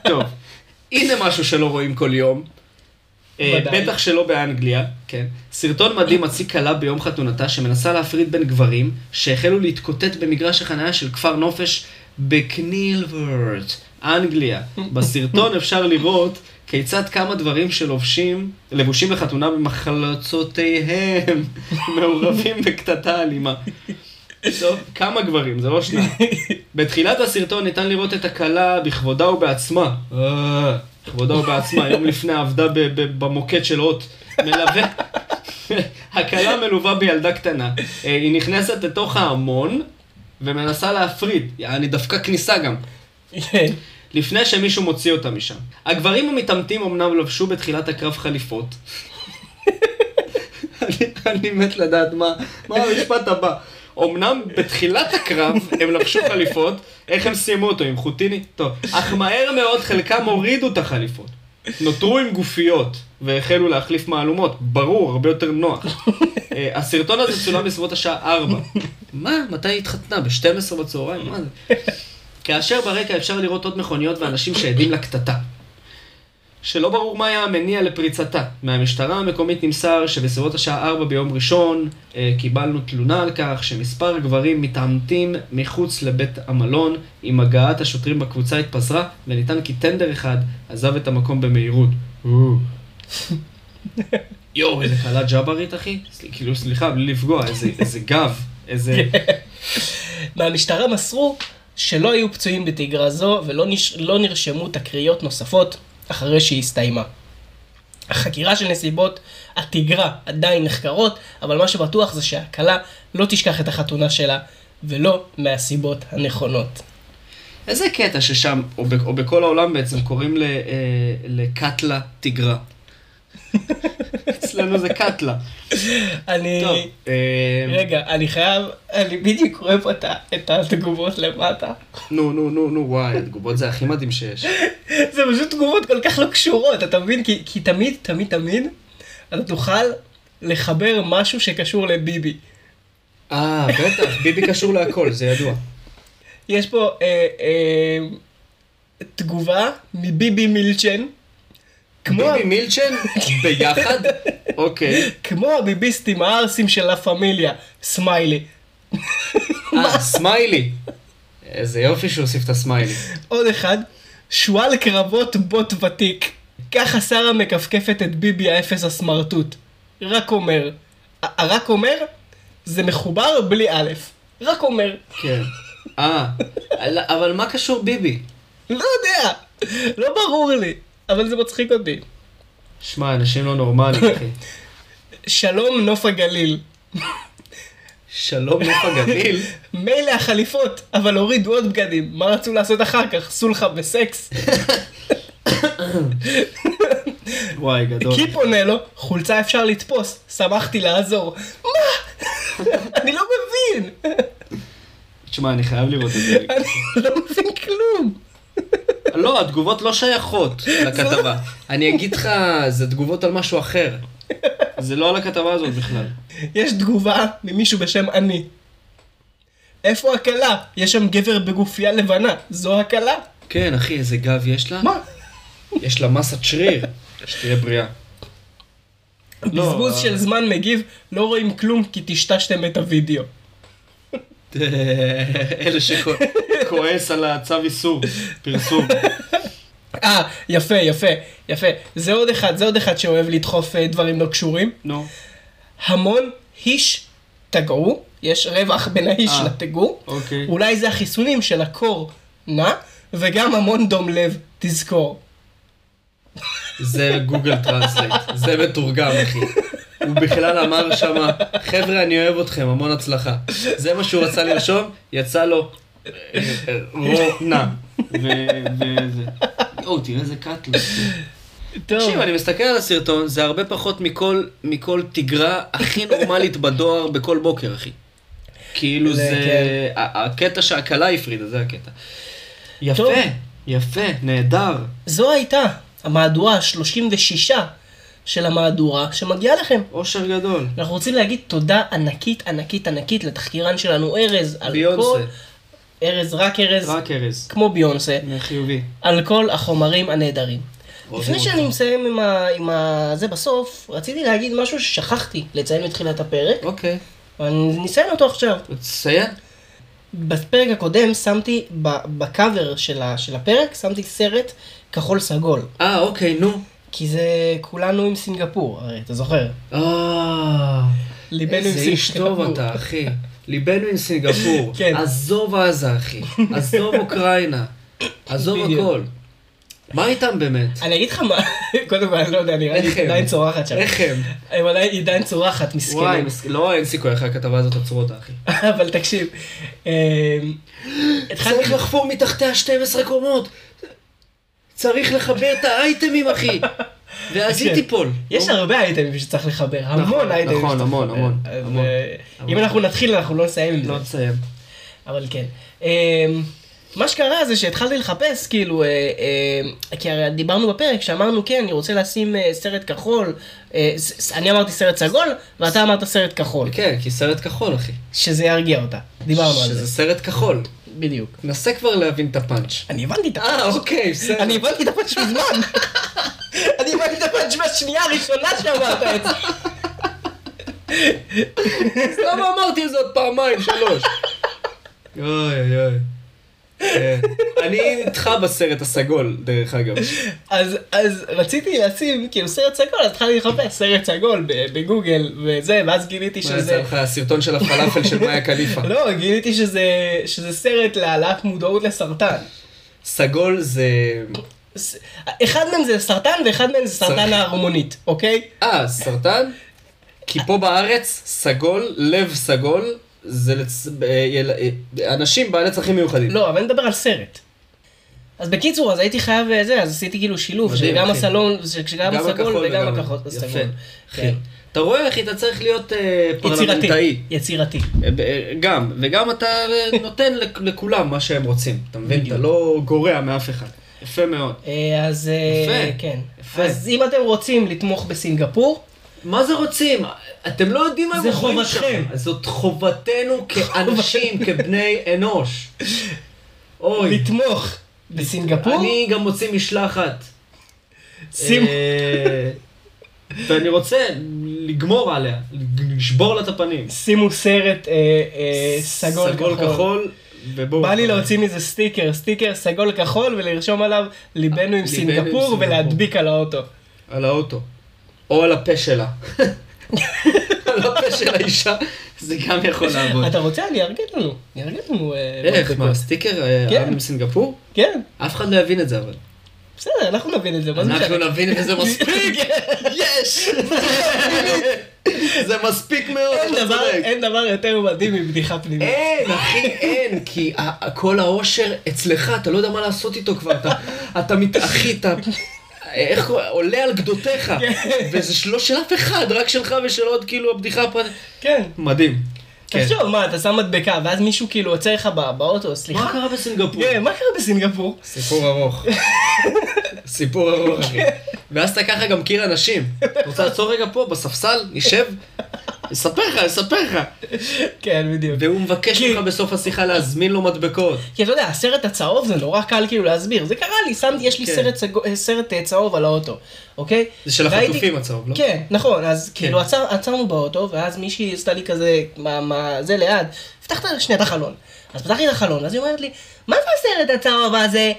[SPEAKER 1] טוב, הנה משהו שלא רואים כל יום. אה,
[SPEAKER 2] ודאי.
[SPEAKER 1] בטח שלא באנגליה, כן. סרטון מדהים מציג כלה ביום חתונתה שמנסה להפריד בין גברים שהחלו להתקוטט במגרש החניה של כפר נופש בקנילוורט, אנגליה. בסרטון אפשר לראות כיצד כמה דברים שלובשים, לבושים לחתונה במחלצותיהם, מעורבים בקטטה אלימה. טוב, כמה גברים, זה לא שניים. בתחילת הסרטון ניתן לראות את הכלה בכבודה ובעצמה. אה, בכבודה ובעצמה, יום לפני עבדה ב- ב- במוקד של אות. מלווה... הכלה מלווה בילדה קטנה. אה, היא נכנסת לתוך ההמון ומנסה להפריד. אני דווקא כניסה גם.
[SPEAKER 2] כן.
[SPEAKER 1] לפני שמישהו מוציא אותה משם. הגברים המתעמתים אמנם לבשו בתחילת הקרב חליפות. אני, אני מת לדעת מה, מה המשפט הבא. אמנם בתחילת הקרב הם לבשו חליפות, איך הם סיימו אותו, עם חוטיני? טוב. אך מהר מאוד חלקם הורידו את החליפות. נותרו עם גופיות והחלו להחליף מהלומות, ברור, הרבה יותר נוח. אה, הסרטון הזה צולם בסביבות השעה 4. מה? מתי היא התחתנה? ב-12 בצהריים? מה זה? כאשר ברקע אפשר לראות עוד מכוניות ואנשים שעדים לקטטה. שלא ברור מה היה המניע לפריצתה. מהמשטרה המקומית נמסר שבסביבות השעה 4 ביום ראשון אה, קיבלנו תלונה על כך שמספר גברים מתעמתים מחוץ לבית המלון. עם הגעת השוטרים בקבוצה התפזרה ונטען כי טנדר אחד עזב את המקום במהירות. יואו, איזה קלה ג'אברית אחי. סל- כאילו סליחה, בלי לפגוע, איזה- איזה גב, איזה...
[SPEAKER 2] מהמשטרה מסרו שלא היו פצועים בתגרה זו ולא נש... לא נרשמו תקריות נוספות אחרי שהיא הסתיימה. החקירה של נסיבות התגרה עדיין נחקרות, אבל מה שבטוח זה שהכלה לא תשכח את החתונה שלה, ולא מהסיבות הנכונות.
[SPEAKER 1] איזה קטע ששם, או, ב, או בכל העולם בעצם, קוראים ל, אה, לקטלה תיגרה. אצלנו זה קטלה.
[SPEAKER 2] אני...
[SPEAKER 1] טוב, אה,
[SPEAKER 2] רגע, אני חייב, אני בדיוק רואה פה את ה- את התגובות למטה.
[SPEAKER 1] נו, נו, נו, נו, וואי, התגובות זה הכי מדהים שיש.
[SPEAKER 2] זה פשוט תגובות כל כך לא קשורות, אתה מבין? כי, כי תמיד, תמיד, תמיד, אתה תוכל לחבר משהו שקשור לביבי.
[SPEAKER 1] אה, בטח, ביבי קשור להכל, זה ידוע.
[SPEAKER 2] יש פה אה, אה, תגובה מביבי מילצ'ן, כמו,
[SPEAKER 1] ביבי מילצ'ן? ביחד? אוקיי.
[SPEAKER 2] כמו הביביסטים הערסים של לה פמיליה, סמיילי.
[SPEAKER 1] אה, סמיילי. איזה יופי שהוא הוסיף את הסמיילי.
[SPEAKER 2] עוד אחד, שועל קרבות בוט ותיק. ככה שרה מכפכפת את ביבי האפס הסמרטוט. רק אומר. ה- רק אומר, זה מחובר בלי א'. רק אומר.
[SPEAKER 1] כן. אה, אבל- אבל מה קשור ביבי?
[SPEAKER 2] לא יודע. לא ברור לי. אבל זה מצחיק אותי.
[SPEAKER 1] שמע, אנשים לא נורמליים, אחי.
[SPEAKER 2] שלום נוף הגליל.
[SPEAKER 1] שלום נוף הגליל.
[SPEAKER 2] מילא החליפות, אבל הורידו עוד בגדים. מה רצו לעשות אחר כך? סולחה וסקס?
[SPEAKER 1] וואי, גדול.
[SPEAKER 2] קיפ עונה לו, חולצה אפשר לתפוס, שמחתי לעזור. מה? אני לא מבין.
[SPEAKER 1] תשמע, אני חייב לראות את זה.
[SPEAKER 2] אני לא מבין כלום.
[SPEAKER 1] לא, התגובות לא שייכות לכתבה. אני אגיד לך, זה תגובות על משהו אחר. זה לא על הכתבה הזאת בכלל.
[SPEAKER 2] יש תגובה ממישהו בשם אני. איפה הכלה? יש שם גבר בגופייה לבנה, זו הכלה?
[SPEAKER 1] כן, אחי, איזה גב יש לה.
[SPEAKER 2] מה?
[SPEAKER 1] יש לה מסת שריר. שתהיה בריאה.
[SPEAKER 2] לא. בזבוז של זמן מגיב, לא רואים כלום כי טשטשתם את הוידאו.
[SPEAKER 1] אלה שכועס על הצו איסור, פרסום.
[SPEAKER 2] אה, יפה, יפה, יפה. זה עוד אחד, זה עוד אחד שאוהב לדחוף אה, דברים לא קשורים.
[SPEAKER 1] נו,
[SPEAKER 2] המון היש תגעו, יש רווח בין האיש
[SPEAKER 1] אה.
[SPEAKER 2] לתגעו.
[SPEAKER 1] אוקיי.
[SPEAKER 2] אולי זה החיסונים של הקור נע, וגם המון דום לב, תזכור.
[SPEAKER 1] זה גוגל טרנסלייט, זה מתורגם אחי. הוא בכלל אמר שמה, חבר'ה אני אוהב אתכם, המון הצלחה. זה מה שהוא רצה לרשום, יצא לו אה, אה, רונה. ו- וזה. יואו, תראה איזה קאטלוס. תקשיב, אני מסתכל על הסרטון, זה הרבה פחות מכל, מכל תגרה הכי נורמלית בדואר בכל בוקר, אחי. כאילו
[SPEAKER 2] זה,
[SPEAKER 1] זה...
[SPEAKER 2] כן.
[SPEAKER 1] ה- הקטע שהכלה הפרידה, זה הקטע. יפה,
[SPEAKER 2] טוב.
[SPEAKER 1] יפה, נהדר.
[SPEAKER 2] זו הייתה המהדורה ה-36 של המהדורה שמגיעה לכם.
[SPEAKER 1] אושר גדול.
[SPEAKER 2] אנחנו רוצים להגיד תודה ענקית, ענקית, ענקית לתחקירן שלנו ארז, על כל...
[SPEAKER 1] ביונסה,
[SPEAKER 2] ארז, רק ארז,
[SPEAKER 1] רק ארז. כן.
[SPEAKER 2] כמו ביונסה,
[SPEAKER 1] חיובי.
[SPEAKER 2] על כל החומרים הנהדרים.
[SPEAKER 1] אוהבים
[SPEAKER 2] לפני
[SPEAKER 1] אותך.
[SPEAKER 2] שאני מסיים עם, ה... עם ה... זה בסוף, רציתי להגיד משהו ששכחתי לציין מתחילת הפרק,
[SPEAKER 1] אוקיי,
[SPEAKER 2] אבל נציין אותו עכשיו.
[SPEAKER 1] תסיים.
[SPEAKER 2] בפרק הקודם שמתי, ב- בקאבר של, ה... של הפרק, שמתי סרט כחול סגול.
[SPEAKER 1] אה, אוקיי, נו.
[SPEAKER 2] כי זה כולנו עם סינגפור, הרי אתה זוכר.
[SPEAKER 1] אה,
[SPEAKER 2] ליבנו עם
[SPEAKER 1] איזה איש טוב
[SPEAKER 2] סינגפור.
[SPEAKER 1] אתה, אחי. ליבנו עם סינגפור.
[SPEAKER 2] כן.
[SPEAKER 1] עזוב עזה, אחי. עזוב אוקראינה. עזוב
[SPEAKER 2] בדיוק.
[SPEAKER 1] הכל. מה איתם באמת?
[SPEAKER 2] אני אגיד לך מה, קודם כל אני לא יודע, נראה לי
[SPEAKER 1] איך
[SPEAKER 2] היא
[SPEAKER 1] הם?
[SPEAKER 2] עדיין צורחת שם.
[SPEAKER 1] איך הם?
[SPEAKER 2] הם עדיין היא עדיין צורחת,
[SPEAKER 1] וואי,
[SPEAKER 2] מסכנים.
[SPEAKER 1] מס- לא, אין סיכוי, אחרי הכתבה הזאת עצרו אותה, אחי.
[SPEAKER 2] אבל תקשיב, אמ, התחלתי...
[SPEAKER 1] צריך לחפור מתחתיה 12 קומות. צריך לחבר את האייטמים, אחי. ואז היא
[SPEAKER 2] כן.
[SPEAKER 1] תיפול. לא
[SPEAKER 2] יש
[SPEAKER 1] נו.
[SPEAKER 2] הרבה אייטמים שצריך לחבר, המון אייטמים
[SPEAKER 1] נכון,
[SPEAKER 2] שצריך
[SPEAKER 1] המון,
[SPEAKER 2] לחבר.
[SPEAKER 1] המון,
[SPEAKER 2] אז,
[SPEAKER 1] המון,
[SPEAKER 2] אה, אם
[SPEAKER 1] המון.
[SPEAKER 2] אנחנו נתחיל אנחנו לא נסיים עם זה.
[SPEAKER 1] לא תסיים.
[SPEAKER 2] אבל כן. אמ, מה שקרה זה שהתחלתי לחפש, כאילו, אה, אה, כי הרי דיברנו בפרק שאמרנו, כן, אני רוצה לשים אה, סרט כחול, אה, ס- ס- אני אמרתי סרט סגול, ואתה אמרת סרט כחול,
[SPEAKER 1] כן, כי סרט כחול, אחי.
[SPEAKER 2] שזה ירגיע אותה, דיברנו על
[SPEAKER 1] שזה
[SPEAKER 2] זה,
[SPEAKER 1] סרט כחול.
[SPEAKER 2] בדיוק.
[SPEAKER 1] נסה כבר להבין את הפאנץ'.
[SPEAKER 2] אני הבנתי את
[SPEAKER 1] אה,
[SPEAKER 2] הפאנץ'.
[SPEAKER 1] אוקיי, בסדר.
[SPEAKER 2] אני הבנתי את הפאנץ' מזמן. אני הבנתי את הפאנץ' בשנייה הראשונה שאמרת את זה.
[SPEAKER 1] אז למה אמרתי את זה עוד פעמיים, שלוש? אוי אוי אוי. כן. אני איתך בסרט הסגול, דרך אגב.
[SPEAKER 2] אז, אז רציתי לשים כאילו סרט סגול, אז התחלתי לחפש סרט סגול ב- בגוגל וזה, ואז גיליתי
[SPEAKER 1] מה יצא
[SPEAKER 2] שזה...
[SPEAKER 1] לך הסרטון של הפלאפל של מאיה קליפה?
[SPEAKER 2] לא, גיליתי שזה, שזה סרט להעלאת מודעות לסרטן.
[SPEAKER 1] סגול זה...
[SPEAKER 2] ס- אחד מהם זה סרטן ואחד מהם זה סרטן
[SPEAKER 1] סרטן.
[SPEAKER 2] ההרמונית, אוקיי?
[SPEAKER 1] אה, סרטן? כי פה בארץ, סגול, לב סגול, זה לצ... אה, יל- אה, אנשים בעלי צרכים מיוחדים.
[SPEAKER 2] לא, אבל אני מדבר על סרט. אז בקיצור, אז הייתי חייב אה, זה, אז עשיתי כאילו שילוב,
[SPEAKER 1] מדהים,
[SPEAKER 2] שגם
[SPEAKER 1] אחי.
[SPEAKER 2] הסלון, ש- שגם הסגול וגם הכחול.
[SPEAKER 1] יפה.
[SPEAKER 2] הסגול.
[SPEAKER 1] אחי.
[SPEAKER 2] כן.
[SPEAKER 1] אתה רואה, אחי, אתה צריך להיות אה, פרלמנטאי. אה,
[SPEAKER 2] יצירתי, יצירתי.
[SPEAKER 1] גם, וגם אתה אה, נותן לכ- לכולם מה שהם רוצים, אתה מבין? אתה
[SPEAKER 2] בדיוק.
[SPEAKER 1] לא גורע מאף אחד. יפה מאוד.
[SPEAKER 2] אה, אז אה,
[SPEAKER 1] יפה,
[SPEAKER 2] כן.
[SPEAKER 1] יפה.
[SPEAKER 2] אז אם אתם רוצים לתמוך בסינגפור,
[SPEAKER 1] מה זה רוצים? אתם לא יודעים מה הם
[SPEAKER 2] זה
[SPEAKER 1] עוברים שם.
[SPEAKER 2] חובתכם.
[SPEAKER 1] אז זאת חובתנו כאנשים, כבני אנוש. אוי,
[SPEAKER 2] לתמוך בסינגפור,
[SPEAKER 1] אני גם מוציא משלחת.
[SPEAKER 2] שימו-
[SPEAKER 1] אה, ואני רוצה לגמור עליה, לשבור לה את הפנים.
[SPEAKER 2] שימו סרט אה, אה, סגול כחול.
[SPEAKER 1] כחול. ובואו.
[SPEAKER 2] בא לי להוציא מזה סטיקר, סטיקר סגול כחול ולרשום עליו ליבנו עם
[SPEAKER 1] עם
[SPEAKER 2] סינגפור
[SPEAKER 1] סינגפור."
[SPEAKER 2] ולהדביק על האוטו.
[SPEAKER 1] על האוטו. או על הפה שלה. על הפה של האישה, זה גם יכול לעבוד.
[SPEAKER 2] אתה רוצה? אני אארגן לנו. אני אארגן לנו. אה,
[SPEAKER 1] איך,
[SPEAKER 2] מדבקות.
[SPEAKER 1] מה, סטיקר אה,
[SPEAKER 2] כן.
[SPEAKER 1] עם מסינגפור?
[SPEAKER 2] כן,
[SPEAKER 1] אף אחד לא יבין את זה, אבל.
[SPEAKER 2] בסדר, אנחנו נבין את זה, מה זה משנה? כן,
[SPEAKER 1] אנחנו נבין וזה מספיק! יש! זה מספיק מאוד,
[SPEAKER 2] אין
[SPEAKER 1] אתה
[SPEAKER 2] דבר-
[SPEAKER 1] צודק. אה?
[SPEAKER 2] אין דבר יותר מדהים מבדיחה פנימית.
[SPEAKER 1] אין, אחי, אין, כי ה- כל האושר אצלך, אתה לא יודע מה לעשות איתו כבר, אתה, אתה מת... אחי, אתה... איך קורא- עולה על גדותיך,
[SPEAKER 2] כן.
[SPEAKER 1] וזה לא של אף אחד, רק שלך ושל עוד כאילו הבדיחה הפרטית.
[SPEAKER 2] כן,
[SPEAKER 1] מדהים. כן.
[SPEAKER 2] תחשוב, מה, אתה שם מדבקה, ואז מישהו כאילו עוצר לך בא- באוטו,
[SPEAKER 1] מה
[SPEAKER 2] סליחה.
[SPEAKER 1] קרה בסינגפור?
[SPEAKER 2] כן, מה קרה בסינגפור?
[SPEAKER 1] סיפור ארוך. סיפור ארוך, אחי. ואז אתה ככה גם קיר אנשים. רוצה לעצור רגע פה, בספסל, נשב? אספר לך, אספר לך.
[SPEAKER 2] כן, בדיוק.
[SPEAKER 1] והוא מבקש
[SPEAKER 2] כי-
[SPEAKER 1] ממך בסוף השיחה להזמין לו מדבקות.
[SPEAKER 2] כי אתה יודע, הסרט הצהוב זה נורא קל כאילו להסביר. זה קרה לי, שמתי, יש לי
[SPEAKER 1] כן.
[SPEAKER 2] סרט סגו- אה, סרט אה, צהוב על האוטו, אוקיי?
[SPEAKER 1] זה של
[SPEAKER 2] ראיתי-
[SPEAKER 1] החטופים הצהוב, לא?
[SPEAKER 2] כן, נכון, אז כאילו עצר- עצרנו באוטו, ואז מישהי עשתה לי כזה, מה, מה, זה ליד, פתחת שנייה את החלון. אז פתחתי את החלון, אז היא אומרת לי, מה זה הסרט הצהוב הזה?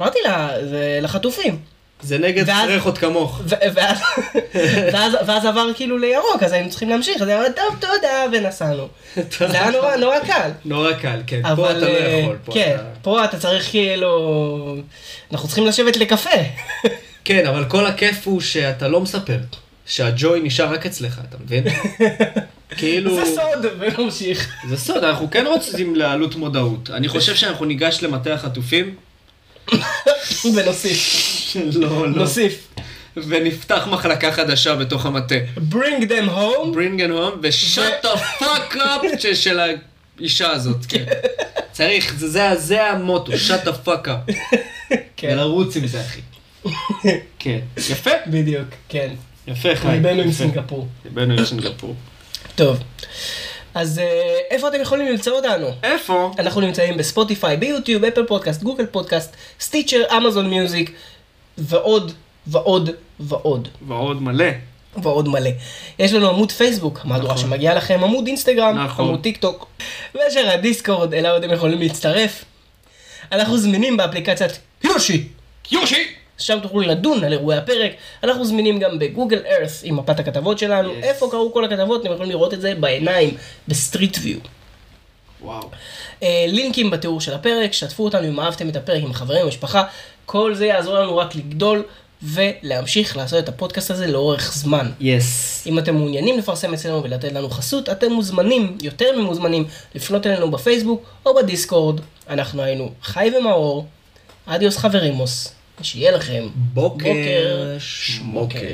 [SPEAKER 2] אמרתי לה, זה לחטופים.
[SPEAKER 1] זה נגד
[SPEAKER 2] ואז-
[SPEAKER 1] פרחות כמוך.
[SPEAKER 2] ו- ואז, ואז, ואז עבר כאילו לירוק, אז היינו צריכים להמשיך, אז היא אמרה, טוב, תודה, ונסענו. זה היה נורא, נורא קל.
[SPEAKER 1] נורא קל, כן.
[SPEAKER 2] אבל...
[SPEAKER 1] פה אתה לא
[SPEAKER 2] אה,
[SPEAKER 1] יכול. פה
[SPEAKER 2] כן,
[SPEAKER 1] אתה-
[SPEAKER 2] פה אתה צריך כאילו... אנחנו צריכים לשבת לקפה.
[SPEAKER 1] כן, אבל כל הכיף הוא שאתה לא מספר. שהג'וי נשאר רק אצלך, אתה מבין? כאילו...
[SPEAKER 2] זה סוד, ונמשיך.
[SPEAKER 1] זה סוד, אנחנו כן רוצים להעלות מודעות. אני חושב שאנחנו ניגש למטה החטופים.
[SPEAKER 2] ונוסיף.
[SPEAKER 1] לא, לא.
[SPEAKER 2] נוסיף.
[SPEAKER 1] ונפתח מחלקה חדשה בתוך המטה.
[SPEAKER 2] Bring them home.
[SPEAKER 1] Bring and home ו-shut the fuck up ש- של האישה הזאת, כן. צריך, זה- זה ה- זה המוטו, shut the fuck up.
[SPEAKER 2] כן,
[SPEAKER 1] ולרוץ עם זה, אחי. כן. יפה.
[SPEAKER 2] בדיוק, כן.
[SPEAKER 1] יפה, חיים.
[SPEAKER 2] ליבנו עם
[SPEAKER 1] יפה.
[SPEAKER 2] סינגפור.
[SPEAKER 1] ליבנו עם סינגפור.
[SPEAKER 2] טוב. אז אה, איפה אתם יכולים למצוא אותנו?
[SPEAKER 1] איפה?
[SPEAKER 2] אנחנו נמצאים בספוטיפיי, ביוטיוב, אפל פודקאסט, גוגל פודקאסט, סטיצ'ר, אמזון מיוזיק, ועוד, ועוד, ועוד.
[SPEAKER 1] ועוד מלא.
[SPEAKER 2] ועוד מלא. יש לנו עמוד פייסבוק, מהדורה
[SPEAKER 1] נכון.
[SPEAKER 2] שמגיעה לכם, עמוד אינסטגרם,
[SPEAKER 1] נכון.
[SPEAKER 2] עמוד טיק טוק, ואשר הדיסקורד אליו אתם יכולים להצטרף. אנחנו זמינים באפליקציית יושי,
[SPEAKER 1] יושי!
[SPEAKER 2] שם תוכלו לדון על אירועי הפרק. אנחנו זמינים גם בגוגל ארת' עם מפת הכתבות שלנו.
[SPEAKER 1] Yes.
[SPEAKER 2] איפה קרו כל הכתבות, אתם יכולים לראות את זה בעיניים, בסטריט ויו.
[SPEAKER 1] וואו.
[SPEAKER 2] אה, לינקים בתיאור של הפרק, שתפו אותנו אם אהבתם את הפרק עם חברים, משפחה, כל זה יעזור לנו רק לגדול ולהמשיך לעשות את הפודקאסט הזה לאורך זמן.
[SPEAKER 1] יס.
[SPEAKER 2] אם אתם מעוניינים לפרסם אצלנו ולתת לנו חסות, אתם מוזמנים, יותר ממוזמנים, לפנות אלינו בפייסבוק או בדיסקורד. אנחנו היינו חי ומאור, אדיוס חברימוס, שיהיה לכם
[SPEAKER 1] בוקר
[SPEAKER 2] בוקר
[SPEAKER 1] שמוקר.